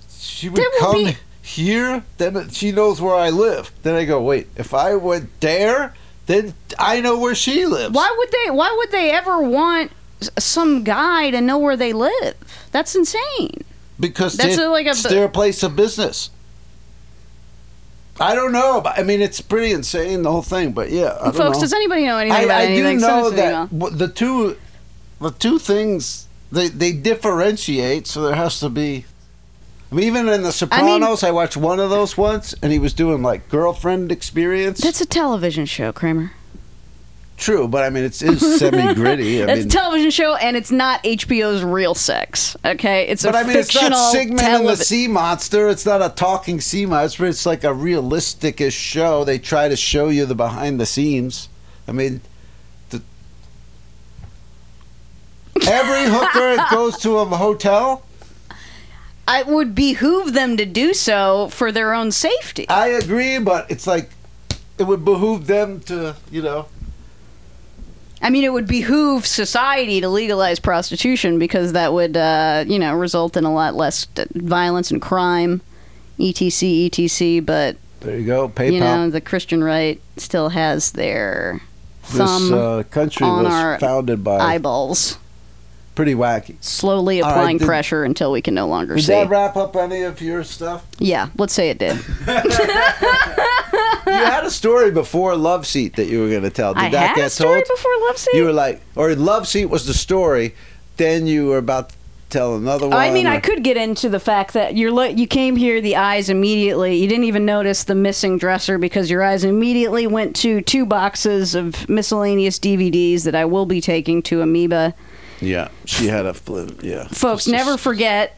[SPEAKER 1] she would
[SPEAKER 2] There will
[SPEAKER 1] come
[SPEAKER 2] be-
[SPEAKER 1] here, then she knows where I live. Then I go, wait, if I went there, then I know where she lives.
[SPEAKER 2] Why would they why would they ever want s- some guy to know where they live? That's insane.
[SPEAKER 1] Because
[SPEAKER 2] That's
[SPEAKER 1] they-
[SPEAKER 2] a- like a
[SPEAKER 1] it's
[SPEAKER 2] bu-
[SPEAKER 1] their place of business. I don't know. but- I mean, it's pretty insane, the whole thing, but yeah. I don't
[SPEAKER 2] Folks,
[SPEAKER 1] know.
[SPEAKER 2] does anybody know anything
[SPEAKER 1] I,
[SPEAKER 2] about
[SPEAKER 1] I
[SPEAKER 2] anything?
[SPEAKER 1] do
[SPEAKER 2] Send
[SPEAKER 1] know
[SPEAKER 2] us an
[SPEAKER 1] that
[SPEAKER 2] email.
[SPEAKER 1] w- the two, the two things they they differentiate. So there has to be. I mean, even in the Sopranos, I, watched one of those once, and he was doing like girlfriend experience.
[SPEAKER 2] That's a television show, Kramer.
[SPEAKER 1] true, but I mean, it's, it's semi gritty. I
[SPEAKER 2] It's
[SPEAKER 1] mean,
[SPEAKER 2] a television show, and it's not HBO's Real Sex. Okay, it's a
[SPEAKER 1] but I mean, it's
[SPEAKER 2] fictional
[SPEAKER 1] not Sigmund and the
[SPEAKER 2] televi-
[SPEAKER 1] Sea Monster. It's not a talking sea monster. It's like a realistic-ish show. They try to show you the behind the scenes. I mean, the, every hooker that goes to a hotel.
[SPEAKER 2] I would behoove them to do so for their own safety.
[SPEAKER 1] I agree, but it's like it would behoove them to, you know.
[SPEAKER 2] I mean, it would behoove society to legalize prostitution because that would, uh, you know, result in a lot less d- violence and crime, E etc., etc. But
[SPEAKER 1] There you go, PayPal.
[SPEAKER 2] you know, the Christian right still has their
[SPEAKER 1] this
[SPEAKER 2] thumb
[SPEAKER 1] uh, country
[SPEAKER 2] on
[SPEAKER 1] was
[SPEAKER 2] our
[SPEAKER 1] founded by
[SPEAKER 2] eyeballs,
[SPEAKER 1] pretty wacky.
[SPEAKER 2] slowly
[SPEAKER 1] All right,
[SPEAKER 2] applying
[SPEAKER 1] did-
[SPEAKER 2] pressure until we can no longer
[SPEAKER 1] Did
[SPEAKER 2] see.
[SPEAKER 1] that wrap up any of your stuff?
[SPEAKER 2] yeah, let's say it did.
[SPEAKER 1] You had a story before Love Seat that you were going to tell. Did
[SPEAKER 2] I
[SPEAKER 1] that
[SPEAKER 2] had
[SPEAKER 1] get
[SPEAKER 2] a story
[SPEAKER 1] told?
[SPEAKER 2] before Love Seat.
[SPEAKER 1] You were like, or Love Seat was the story. Then you were about to tell another one.
[SPEAKER 2] I mean, I
[SPEAKER 1] or-
[SPEAKER 2] could get into the fact that you're lo- you came here the eyes immediately. You didn't even notice the missing dresser because your eyes immediately went to two boxes of miscellaneous DVDs that I will be taking to Amoeba.
[SPEAKER 1] Yeah, she had a flip. Yeah, It's
[SPEAKER 2] Folks,
[SPEAKER 1] just-
[SPEAKER 2] never forget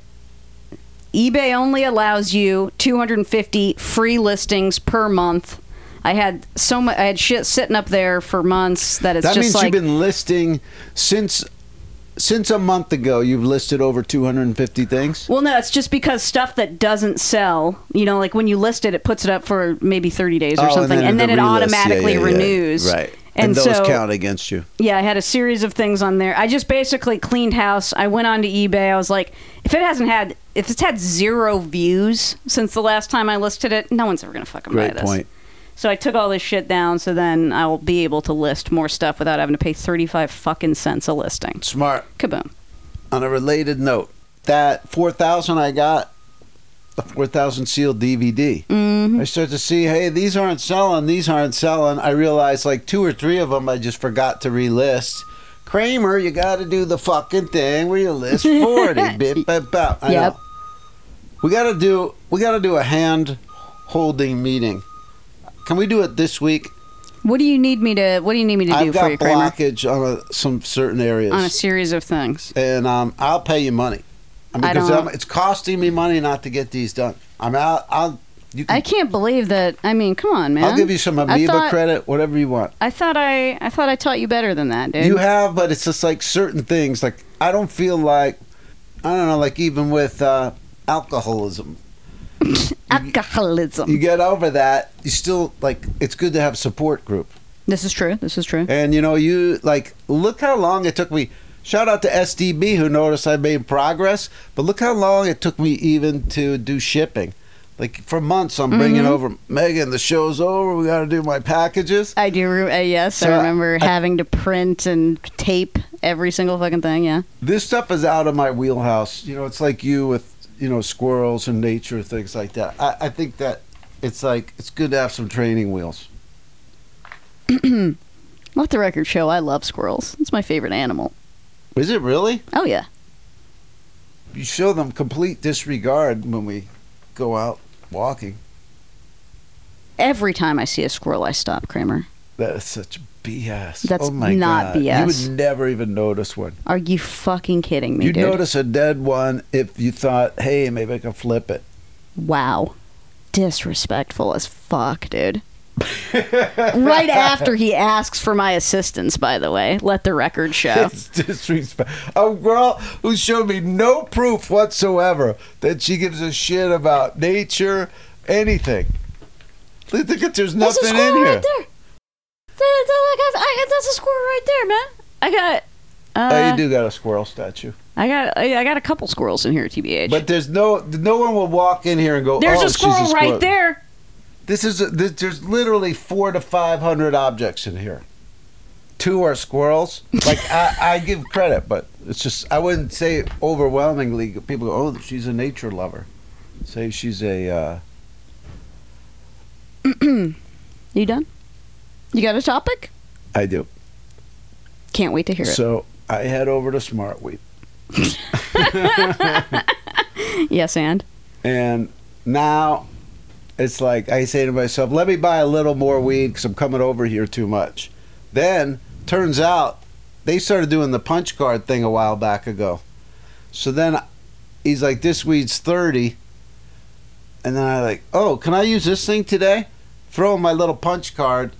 [SPEAKER 2] eBay only allows you 250 free listings per month. I had so much I had shit sitting up there for months that it's
[SPEAKER 1] That
[SPEAKER 2] just
[SPEAKER 1] means
[SPEAKER 2] like
[SPEAKER 1] you've been listing since since a month ago. You've listed over two hundred and fifty things.
[SPEAKER 2] Well, no, it's just because stuff that doesn't sell, you know, like when you list it, it puts it up for maybe 30 days or
[SPEAKER 1] Oh, and
[SPEAKER 2] something,
[SPEAKER 1] then
[SPEAKER 2] and
[SPEAKER 1] the
[SPEAKER 2] then it
[SPEAKER 1] relist. Yeah,
[SPEAKER 2] automatically
[SPEAKER 1] yeah, yeah.
[SPEAKER 2] renews.
[SPEAKER 1] Right,
[SPEAKER 2] And,
[SPEAKER 1] and, those
[SPEAKER 2] so,
[SPEAKER 1] count against you.
[SPEAKER 2] yeah, I had a series of things on there. I just basically cleaned house. I went onto eBay. I was like, if it hasn't had, if it's had zero views since the last time I listed it, no one's ever going to fucking
[SPEAKER 1] Great
[SPEAKER 2] buy this.
[SPEAKER 1] point.
[SPEAKER 2] So I took all this shit down so then I will be able to list more stuff without having to pay 35 fucking cents a listing.
[SPEAKER 1] Smart.
[SPEAKER 2] Kaboom.
[SPEAKER 1] On a related note, that four thousand I got the four thousand sealed DVD.
[SPEAKER 2] Mm-hmm.
[SPEAKER 1] I start to see, hey, these aren't selling. These aren't selling. I realized like two or three of them I just forgot to relist. Kramer, you got to do the fucking thing where you list forty. bit, bit, bop. I
[SPEAKER 2] Yep.
[SPEAKER 1] know. We gotta do we gotta do a hand holding meeting. Can we do it this week?
[SPEAKER 2] What do you need me to, what do you need me to do
[SPEAKER 1] I've
[SPEAKER 2] for you,
[SPEAKER 1] got
[SPEAKER 2] Kramer?
[SPEAKER 1] blockage on a, some certain areas,
[SPEAKER 2] On a series of things.
[SPEAKER 1] and um, I'll pay you money
[SPEAKER 2] I
[SPEAKER 1] because
[SPEAKER 2] don't-
[SPEAKER 1] I'm, um, it's costing me money not to get these done. I'm out. I'll you can,
[SPEAKER 2] I can't believe that. I mean, come on, man.
[SPEAKER 1] I'll give you some
[SPEAKER 2] I
[SPEAKER 1] amoeba
[SPEAKER 2] thought-
[SPEAKER 1] credit, whatever you want.
[SPEAKER 2] I thought I, I thought I taught you better than that, dude.
[SPEAKER 1] You have, but it's just like certain things. Like I don't feel like I don't know. Like even with uh, alcoholism,
[SPEAKER 2] Alcoholism.
[SPEAKER 1] you get over that. You still like it's good to have support group.
[SPEAKER 2] this is true. This is true.
[SPEAKER 1] And you know, you like look how long it took me. Shout out to SDB who noticed I made progress, but look how long it took me even to do shipping. Like for months, I'm bringing over Megan. The show's over. We got to do my packages.
[SPEAKER 2] I do. Re- uh, yes,
[SPEAKER 1] So,
[SPEAKER 2] I remember
[SPEAKER 1] I-
[SPEAKER 2] having to print and tape every single fucking thing. Yeah.
[SPEAKER 1] This stuff is out of my wheelhouse. You know, it's like you with you know squirrels and nature things like that. I, I think that it's like it's good to have some training wheels.
[SPEAKER 2] Let the record show. I love squirrels. It's my favorite animal.
[SPEAKER 1] Is it really?
[SPEAKER 2] Oh yeah.
[SPEAKER 1] You show them complete disregard when we go out walking.
[SPEAKER 2] Every time I see a squirrel, I stop, Kramer.
[SPEAKER 1] That is such BS.
[SPEAKER 2] That's
[SPEAKER 1] oh my
[SPEAKER 2] not
[SPEAKER 1] God.
[SPEAKER 2] BS.
[SPEAKER 1] You would never even notice one.
[SPEAKER 2] Are you fucking kidding me,
[SPEAKER 1] You'd
[SPEAKER 2] dude?
[SPEAKER 1] notice a dead one if you thought, hey, maybe I can flip it.
[SPEAKER 2] Wow. Disrespectful as fuck, dude. right after he asks for my assistance, by the way. Let the record show.
[SPEAKER 1] It's disrespect. A girl who showed me no proof whatsoever that she gives a shit about nature, anything. Look, look at- there's
[SPEAKER 2] That's
[SPEAKER 1] nothing
[SPEAKER 2] a squirrel
[SPEAKER 1] in here.
[SPEAKER 2] right there. That- that- that- I- that's a squirrel right there, man. I got.
[SPEAKER 1] oh,
[SPEAKER 2] Uh,
[SPEAKER 1] you do got a squirrel statue,
[SPEAKER 2] I got. I I got a couple squirrels in here, tbh.
[SPEAKER 1] but there's no no one will walk in here and go.
[SPEAKER 2] there's
[SPEAKER 1] "Oh,
[SPEAKER 2] a,
[SPEAKER 1] she's
[SPEAKER 2] squirrel right there.
[SPEAKER 1] This is this, there's literally four to five hundred objects in here. Two are squirrels. Like I, I give credit, but it's just I wouldn't say overwhelmingly. People go, "Oh, she's a nature lover." Say she's a uh,
[SPEAKER 2] You done? You got a topic?
[SPEAKER 1] I do.
[SPEAKER 2] Can't wait to hear it.
[SPEAKER 1] So I head over to Smartweed,
[SPEAKER 2] yes, and
[SPEAKER 1] and now it's like I say to myself, "Let me buy a little more weed because I'm coming over here too much." Then turns out they started doing the punch card thing a while back ago. So then he's like, "This weed's 30." And then I like, "Oh, can I use this thing today?" Throw in my little punch card.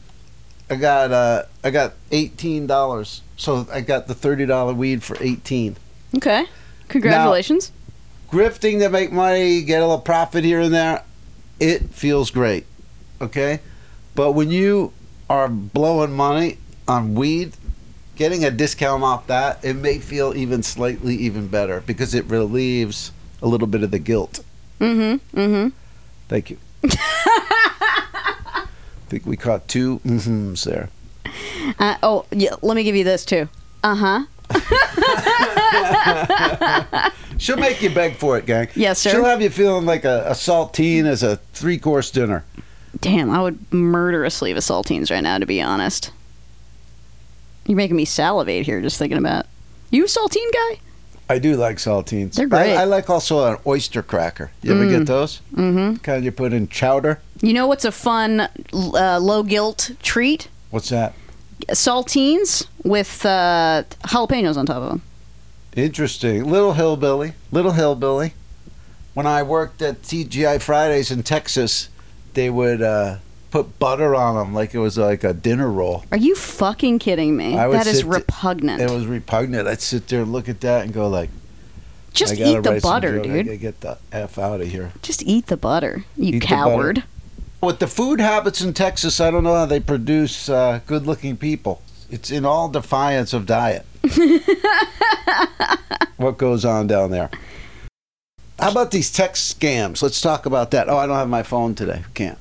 [SPEAKER 1] I got uh I got $18. So I got the $30 weed for 18.
[SPEAKER 2] okay. Congratulations.
[SPEAKER 1] Grifting to make money, get a little profit here and there. It feels great. Okay? But when you are blowing money on weed, getting a discount off that, it may feel even slightly even better because it relieves a little bit of the guilt.
[SPEAKER 2] mm-hmm. Mm-hmm.
[SPEAKER 1] Thank you. I think we caught two mm-hmms there.
[SPEAKER 2] Uh, oh, yeah, let me give you this too. Uh huh.
[SPEAKER 1] She'll make you beg for it, gang.
[SPEAKER 2] Yes, sir.
[SPEAKER 1] She'll have you feeling like a, a saltine as a three course dinner.
[SPEAKER 2] Damn, I would murder a sleeve of saltines right now, to be honest. You're making me salivate here just thinking about you, saltine guy.
[SPEAKER 1] I do like saltines.
[SPEAKER 2] They're great. Mm.
[SPEAKER 1] I, I like also an oyster cracker. You ever get those? Mm-hmm. Kind of you put in chowder.
[SPEAKER 2] You know what's a fun uh, low guilt treat?
[SPEAKER 1] What's that?
[SPEAKER 2] Saltines with uh, jalapenos on top of them.
[SPEAKER 1] Interesting. Little hillbilly. Little hillbilly. When I worked at TGI Fridays in Texas, they would uh, put butter on them like it was like a dinner roll.
[SPEAKER 2] Are you fucking kidding me?
[SPEAKER 1] I would
[SPEAKER 2] That is
[SPEAKER 1] sit-
[SPEAKER 2] repugnant.
[SPEAKER 1] It was repugnant. I'd sit there and look at that and go like,
[SPEAKER 2] just
[SPEAKER 1] I gotta
[SPEAKER 2] eat the
[SPEAKER 1] write some
[SPEAKER 2] butter,
[SPEAKER 1] joke. I
[SPEAKER 2] dude.
[SPEAKER 1] gotta get the f out of here.
[SPEAKER 2] Just eat the butter, you
[SPEAKER 1] Eat the
[SPEAKER 2] coward.
[SPEAKER 1] With the food habits in Texas, I don't know how they produce uh, good-looking people. It's in all defiance of diet. what goes on down there? How about these text scams? Let's talk about that. Oh, I don't have my phone today. Can't.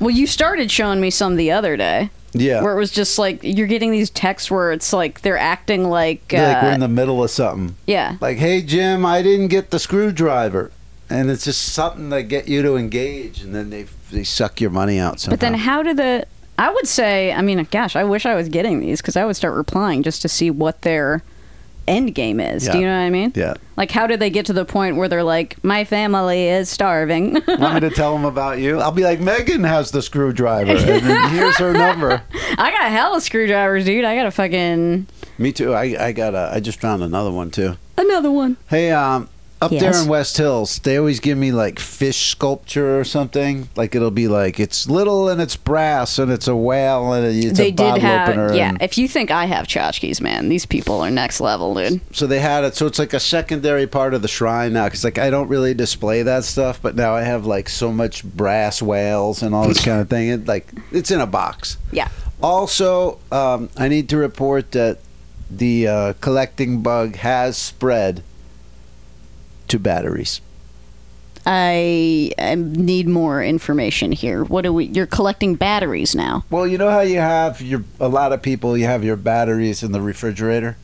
[SPEAKER 2] Well, you started showing me some the other day,
[SPEAKER 1] Yeah.
[SPEAKER 2] where it was just like you're getting these texts where it's like they're acting like,
[SPEAKER 1] Yeah, like we're
[SPEAKER 2] uh,
[SPEAKER 1] in the middle of something.
[SPEAKER 2] yeah,
[SPEAKER 1] Like, hey Jim, I didn't get the screwdriver, and it's just something to get you to engage, and then they they suck your money out. Somehow.
[SPEAKER 2] But then, how do the? I would say, I mean, gosh, I wish I was getting these because I would start replying just to see what their end game is. Do
[SPEAKER 1] Yeah.
[SPEAKER 2] you know what I mean?
[SPEAKER 1] Yeah.
[SPEAKER 2] Like, how do they get to the point where they're like, "My family is starving"?
[SPEAKER 1] Want me to tell them about you? I'll be like, Megan has the screwdriver, and then here's her number.
[SPEAKER 2] I got hella screwdrivers, dude. I got a fucking
[SPEAKER 1] Me too. I, I got a. I just found another one too.
[SPEAKER 2] another one.
[SPEAKER 1] Hey, um, up there
[SPEAKER 2] Yes.
[SPEAKER 1] in West Hills, they always give me like fish sculpture or something. Like it'll be like it's little and it's brass and it's a whale and it's
[SPEAKER 2] they
[SPEAKER 1] a
[SPEAKER 2] did
[SPEAKER 1] bottle
[SPEAKER 2] have,
[SPEAKER 1] opener.
[SPEAKER 2] yeah.
[SPEAKER 1] and-
[SPEAKER 2] If you think I have tchotchkes, man, these people are next level, dude.
[SPEAKER 1] so they had it. So it's like a secondary part of the shrine now. Cause like I don't really display that stuff, but now I have like so much brass whales and all this kind of thing. It like it's in a box.
[SPEAKER 2] Yeah.
[SPEAKER 1] Also, um, I need to report that the uh, collecting bug has spread to batteries.
[SPEAKER 2] I, I need more information here. What do we? You're collecting batteries now.
[SPEAKER 1] Well, you know how you have your a lot of people you have your batteries in the refrigerator.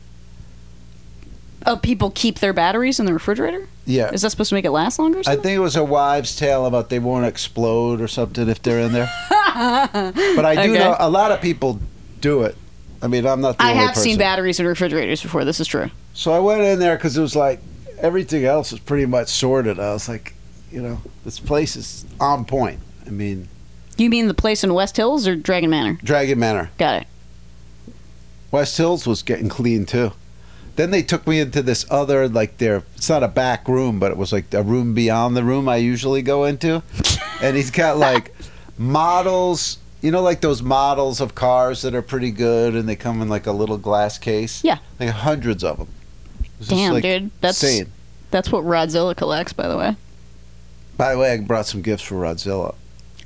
[SPEAKER 2] Oh, people keep their batteries in the refrigerator.
[SPEAKER 1] Yeah,
[SPEAKER 2] Is that supposed to make it last longer? Or
[SPEAKER 1] I
[SPEAKER 2] something?
[SPEAKER 1] think it was a wives' tale about they won't explode or something if they're in there. but I do
[SPEAKER 2] Okay.
[SPEAKER 1] know a lot of people do it. I mean, I'm not. The
[SPEAKER 2] I
[SPEAKER 1] only
[SPEAKER 2] have seen
[SPEAKER 1] person.
[SPEAKER 2] batteries in refrigerators before. This is true.
[SPEAKER 1] So I went in there because it was like everything else was pretty much sorted. I was like, you know, this place is on point. I mean.
[SPEAKER 2] You mean the place in West Hills or Dragon Manor?
[SPEAKER 1] Dragon Manor.
[SPEAKER 2] Got it.
[SPEAKER 1] West Hills was getting clean too. Then they took me into this other like their it's not a back room, but it was like a room beyond the room I usually go into. and he's got like models you know like those models of cars that are pretty good and they come in like a little glass case?
[SPEAKER 2] Yeah.
[SPEAKER 1] Like hundreds of them. It was just,
[SPEAKER 2] Damn,
[SPEAKER 1] like,
[SPEAKER 2] dude. That's
[SPEAKER 1] insane.
[SPEAKER 2] that's what Rodzilla collects, by the way.
[SPEAKER 1] By the way, I brought some gifts for Rodzilla.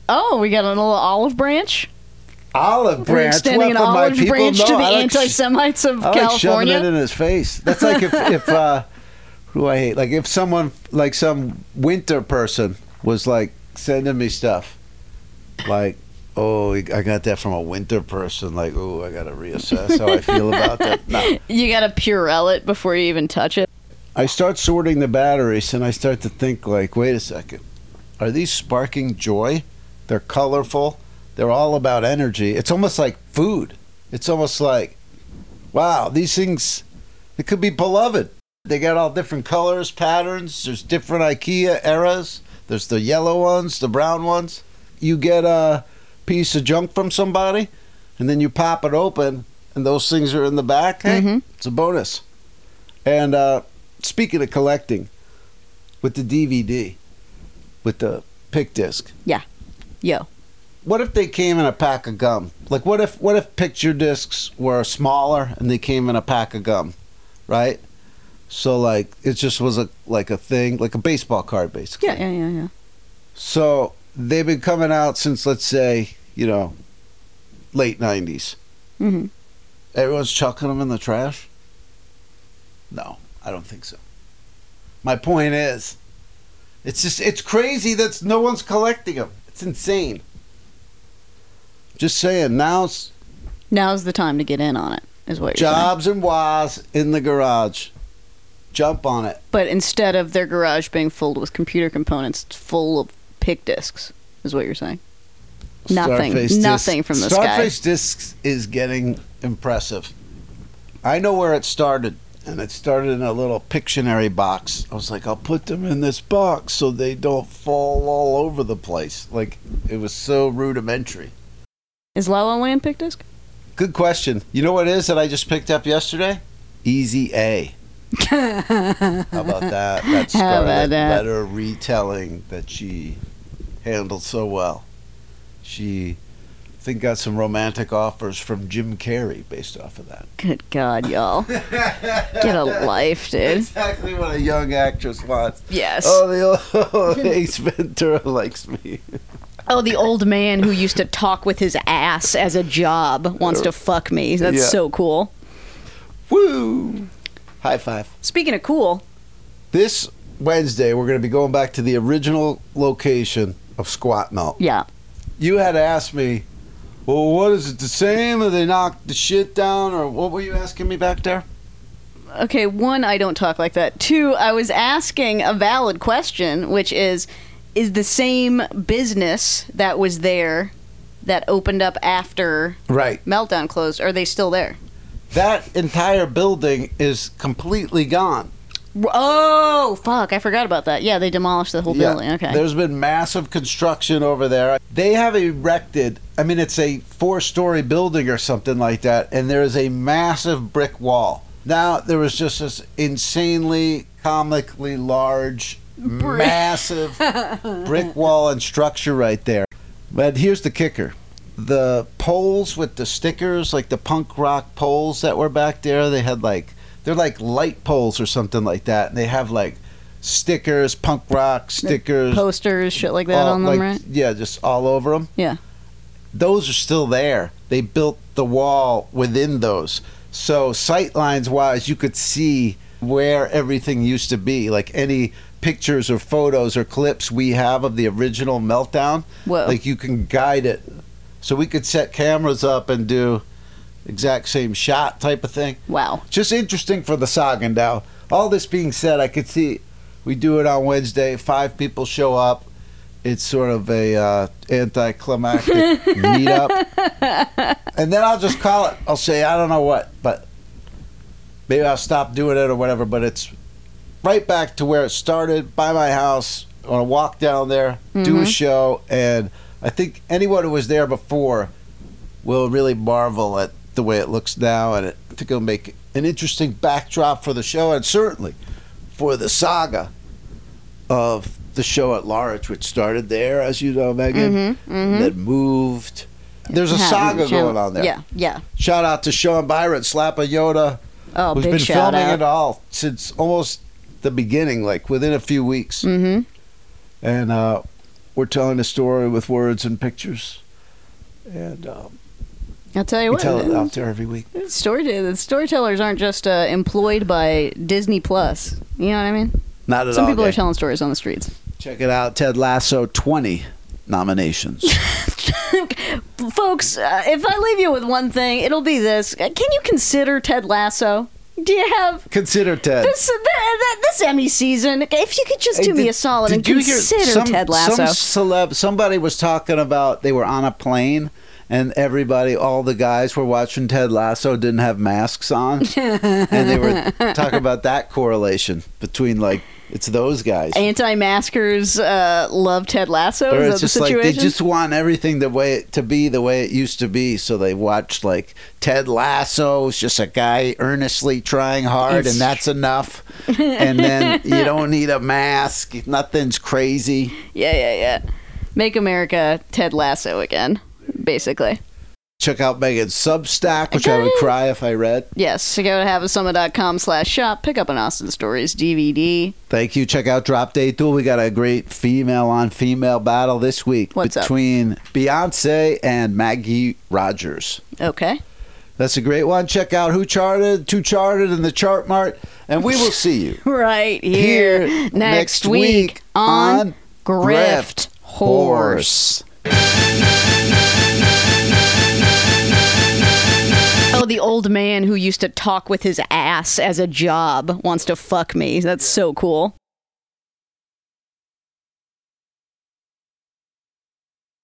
[SPEAKER 2] Oh, we got a little olive branch.
[SPEAKER 1] Olive
[SPEAKER 2] We're
[SPEAKER 1] branch.
[SPEAKER 2] extending
[SPEAKER 1] what
[SPEAKER 2] an
[SPEAKER 1] for my
[SPEAKER 2] olive
[SPEAKER 1] people?
[SPEAKER 2] branch
[SPEAKER 1] No,
[SPEAKER 2] to the
[SPEAKER 1] I like-
[SPEAKER 2] anti-Semites of
[SPEAKER 1] I like shoving
[SPEAKER 2] California.
[SPEAKER 1] it in his face. That's like if, if uh, who I hate, like if someone, like some winter person, was like sending me stuff, like, oh, I got that from a winter person. Like, oh, I gotta reassess how I feel about that. No.
[SPEAKER 2] you gotta purell it before you even touch it.
[SPEAKER 1] I start sorting the batteries, and I start to think, like, wait a second, are these sparking joy? They're colorful. They're all about energy. It's almost like food. It's almost like, wow, these things, it could be beloved. They got all different colors, patterns. There's different IKEA eras. There's the yellow ones, the brown ones. You get a piece of junk from somebody, and then you pop it open, and those things are in the back. Hey,
[SPEAKER 2] Mm-hmm.
[SPEAKER 1] it's a bonus. And uh, speaking of collecting, with the DVD, with the pick disc,
[SPEAKER 2] Yo,
[SPEAKER 1] what if they came in a pack of gum? Like, what if what if picture discs were smaller and they came in a pack of gum, right? So like, it just was a like a thing, like a baseball card, basically.
[SPEAKER 2] yeah, yeah, yeah.
[SPEAKER 1] So they've been coming out since let's say you know, late '90s.
[SPEAKER 2] Mhm.
[SPEAKER 1] Everyone's chucking them in the trash. No, I don't think so. My point is, it's just it's crazy that no one's collecting them. It's insane. Just saying, now's
[SPEAKER 2] Now's the time to get in on it, is what you're saying.
[SPEAKER 1] Jobs and Waz in the garage. Jump on it.
[SPEAKER 2] But instead of their garage being filled with computer components, it's full of pick discs, is what you're saying. Nothing.
[SPEAKER 1] Starface
[SPEAKER 2] Nothing
[SPEAKER 1] Discs-
[SPEAKER 2] from this guy.
[SPEAKER 1] Starface Discs is getting impressive. I know where it started, and it started in a little Pictionary box. I was like, I'll put them in this box so they don't fall all over the place. Like, it was so rudimentary.
[SPEAKER 2] Is La La Land pick disc?
[SPEAKER 1] Good question. You know what it is that I just picked up yesterday? Easy A. How about that? That
[SPEAKER 2] How about
[SPEAKER 1] Scarlet
[SPEAKER 2] that?
[SPEAKER 1] Letter retelling that she handled so well. She, I think, got some romantic offers from Jim Carrey based off of that.
[SPEAKER 2] Good God, y'all. Get a life, dude.
[SPEAKER 1] Exactly what a young actress wants.
[SPEAKER 2] Yes.
[SPEAKER 1] Oh, the old Ace Ventura likes me.
[SPEAKER 2] Oh, the old man who used to talk with his ass as a job wants to fuck me. That's
[SPEAKER 1] Yeah.
[SPEAKER 2] so cool.
[SPEAKER 1] Woo! High five.
[SPEAKER 3] Speaking of cool,
[SPEAKER 1] This Wednesday, we're going to be going back to the original location of Squat Melt.
[SPEAKER 2] Yeah.
[SPEAKER 1] You had asked me, well, what is it, the same? Or they knocked the shit down? Or what were you asking me back there?
[SPEAKER 2] Okay, one, I don't talk like that. Two, I was asking a valid question, which is is the same business that was there that opened up after
[SPEAKER 1] Right.
[SPEAKER 2] Meltdown closed, are they still there?
[SPEAKER 1] That entire building is completely gone.
[SPEAKER 2] Oh, fuck, I forgot about that. Yeah, they demolished the whole building. Okay.
[SPEAKER 1] There's been massive construction over there. They have erected, I mean, it's a four story building or something like that, and there is a massive brick wall. Now, there was just this insanely, comically large, massive brick wall and structure right there. But here's the kicker the poles with the stickers, like the punk rock poles that were back there, they had like, they're like light poles or something like that, and they have like stickers, punk rock stickers,
[SPEAKER 2] Posters, shit like that
[SPEAKER 1] all-
[SPEAKER 2] on them,
[SPEAKER 1] like,
[SPEAKER 2] right?
[SPEAKER 1] Yeah, just all over them.
[SPEAKER 2] Yeah.
[SPEAKER 1] Those are still there. They built the wall within those. So sight lines wise, you could see where everything used to be. Like any pictures or photos or clips we have of the original meltdown,
[SPEAKER 2] Whoa.
[SPEAKER 1] like you can guide it. So we could set cameras up and do exact same shot type of thing
[SPEAKER 2] wow.
[SPEAKER 1] just interesting for the saga now. All this being said, I could see we do it on Wednesday. Five people show up. It's sort of a uh, anticlimactic meetup, and then I'll just call it. I'll say I don't know what, but maybe I'll stop doing it or whatever. But it's right back to where it started by my house. On a walk down there, do a show, and I think anyone who was there before will really marvel at the way it looks now, and it, I think it'll make an interesting backdrop for the show, and certainly for the saga of the show at large, which started there, as you know, Megan,
[SPEAKER 2] Mm-hmm.
[SPEAKER 1] and then moved. There's a
[SPEAKER 2] Yeah,
[SPEAKER 1] saga
[SPEAKER 2] channel-
[SPEAKER 1] going on there.
[SPEAKER 2] Yeah, yeah.
[SPEAKER 1] Shout out to Sean Byron, Slap a Yoda,
[SPEAKER 2] Oh,
[SPEAKER 1] who's
[SPEAKER 2] big
[SPEAKER 1] been
[SPEAKER 2] shout
[SPEAKER 1] filming it
[SPEAKER 2] out.
[SPEAKER 1] all since almost the beginning, like within a few weeks.
[SPEAKER 2] Mm-hmm.
[SPEAKER 1] And uh, we're telling a story with words and pictures. And um,
[SPEAKER 2] I'll tell you
[SPEAKER 1] we
[SPEAKER 2] what.
[SPEAKER 1] tell it out there every week.
[SPEAKER 2] Story the storytellers aren't just uh, employed by Disney Plus. You know what I mean?
[SPEAKER 1] Not at
[SPEAKER 2] Some
[SPEAKER 1] all.
[SPEAKER 2] people are
[SPEAKER 1] Dave.
[SPEAKER 2] telling stories on the streets.
[SPEAKER 1] Check it out. Ted Lasso, 20 nominations.
[SPEAKER 2] Folks, uh, if I leave you with one thing, it'll be this: Uh, Can you consider Ted Lasso? Do you have
[SPEAKER 1] Consider Ted.
[SPEAKER 2] this th- th- this Emmy season? If you could just do me a solid and consider Ted Lasso.
[SPEAKER 1] Some celeb, somebody was talking about they were on a plane and everybody, all the guys were watching Ted Lasso, didn't have masks on. and they were talking about that correlation between like, it's those guys.
[SPEAKER 2] Anti-maskers uh, love Ted Lasso.
[SPEAKER 1] or
[SPEAKER 2] Is
[SPEAKER 1] it's
[SPEAKER 2] that the
[SPEAKER 1] just like they
[SPEAKER 2] situation?
[SPEAKER 1] just want everything the way it, to be the way it used to be. So they watch like Ted Lasso is just a guy earnestly trying hard, and that's enough. and then you don't need a mask. Nothing's crazy.
[SPEAKER 2] yeah, yeah, yeah. Make America Ted Lasso again, basically.
[SPEAKER 1] Check out Megan's Substack, which I would cry if I read.
[SPEAKER 2] Yes, to go to havasummit.com slash shop, pick up an Austin Stories DVD.
[SPEAKER 1] Thank you. Check out Drop Date Duel. We got a great female on female battle this week
[SPEAKER 2] What's up?
[SPEAKER 1] between Beyonce and Maggie Rogers.
[SPEAKER 2] Okay.
[SPEAKER 1] That's a great one. Check out Who Charted, Two Charted, and the Chart Mart. And we will see you
[SPEAKER 2] Right
[SPEAKER 1] here
[SPEAKER 2] next, week, on, Grift
[SPEAKER 1] Horse.
[SPEAKER 2] Horse.
[SPEAKER 4] You're
[SPEAKER 2] Oh, old man who used to talk with his ass as a job wants to fuck me. That's so cool.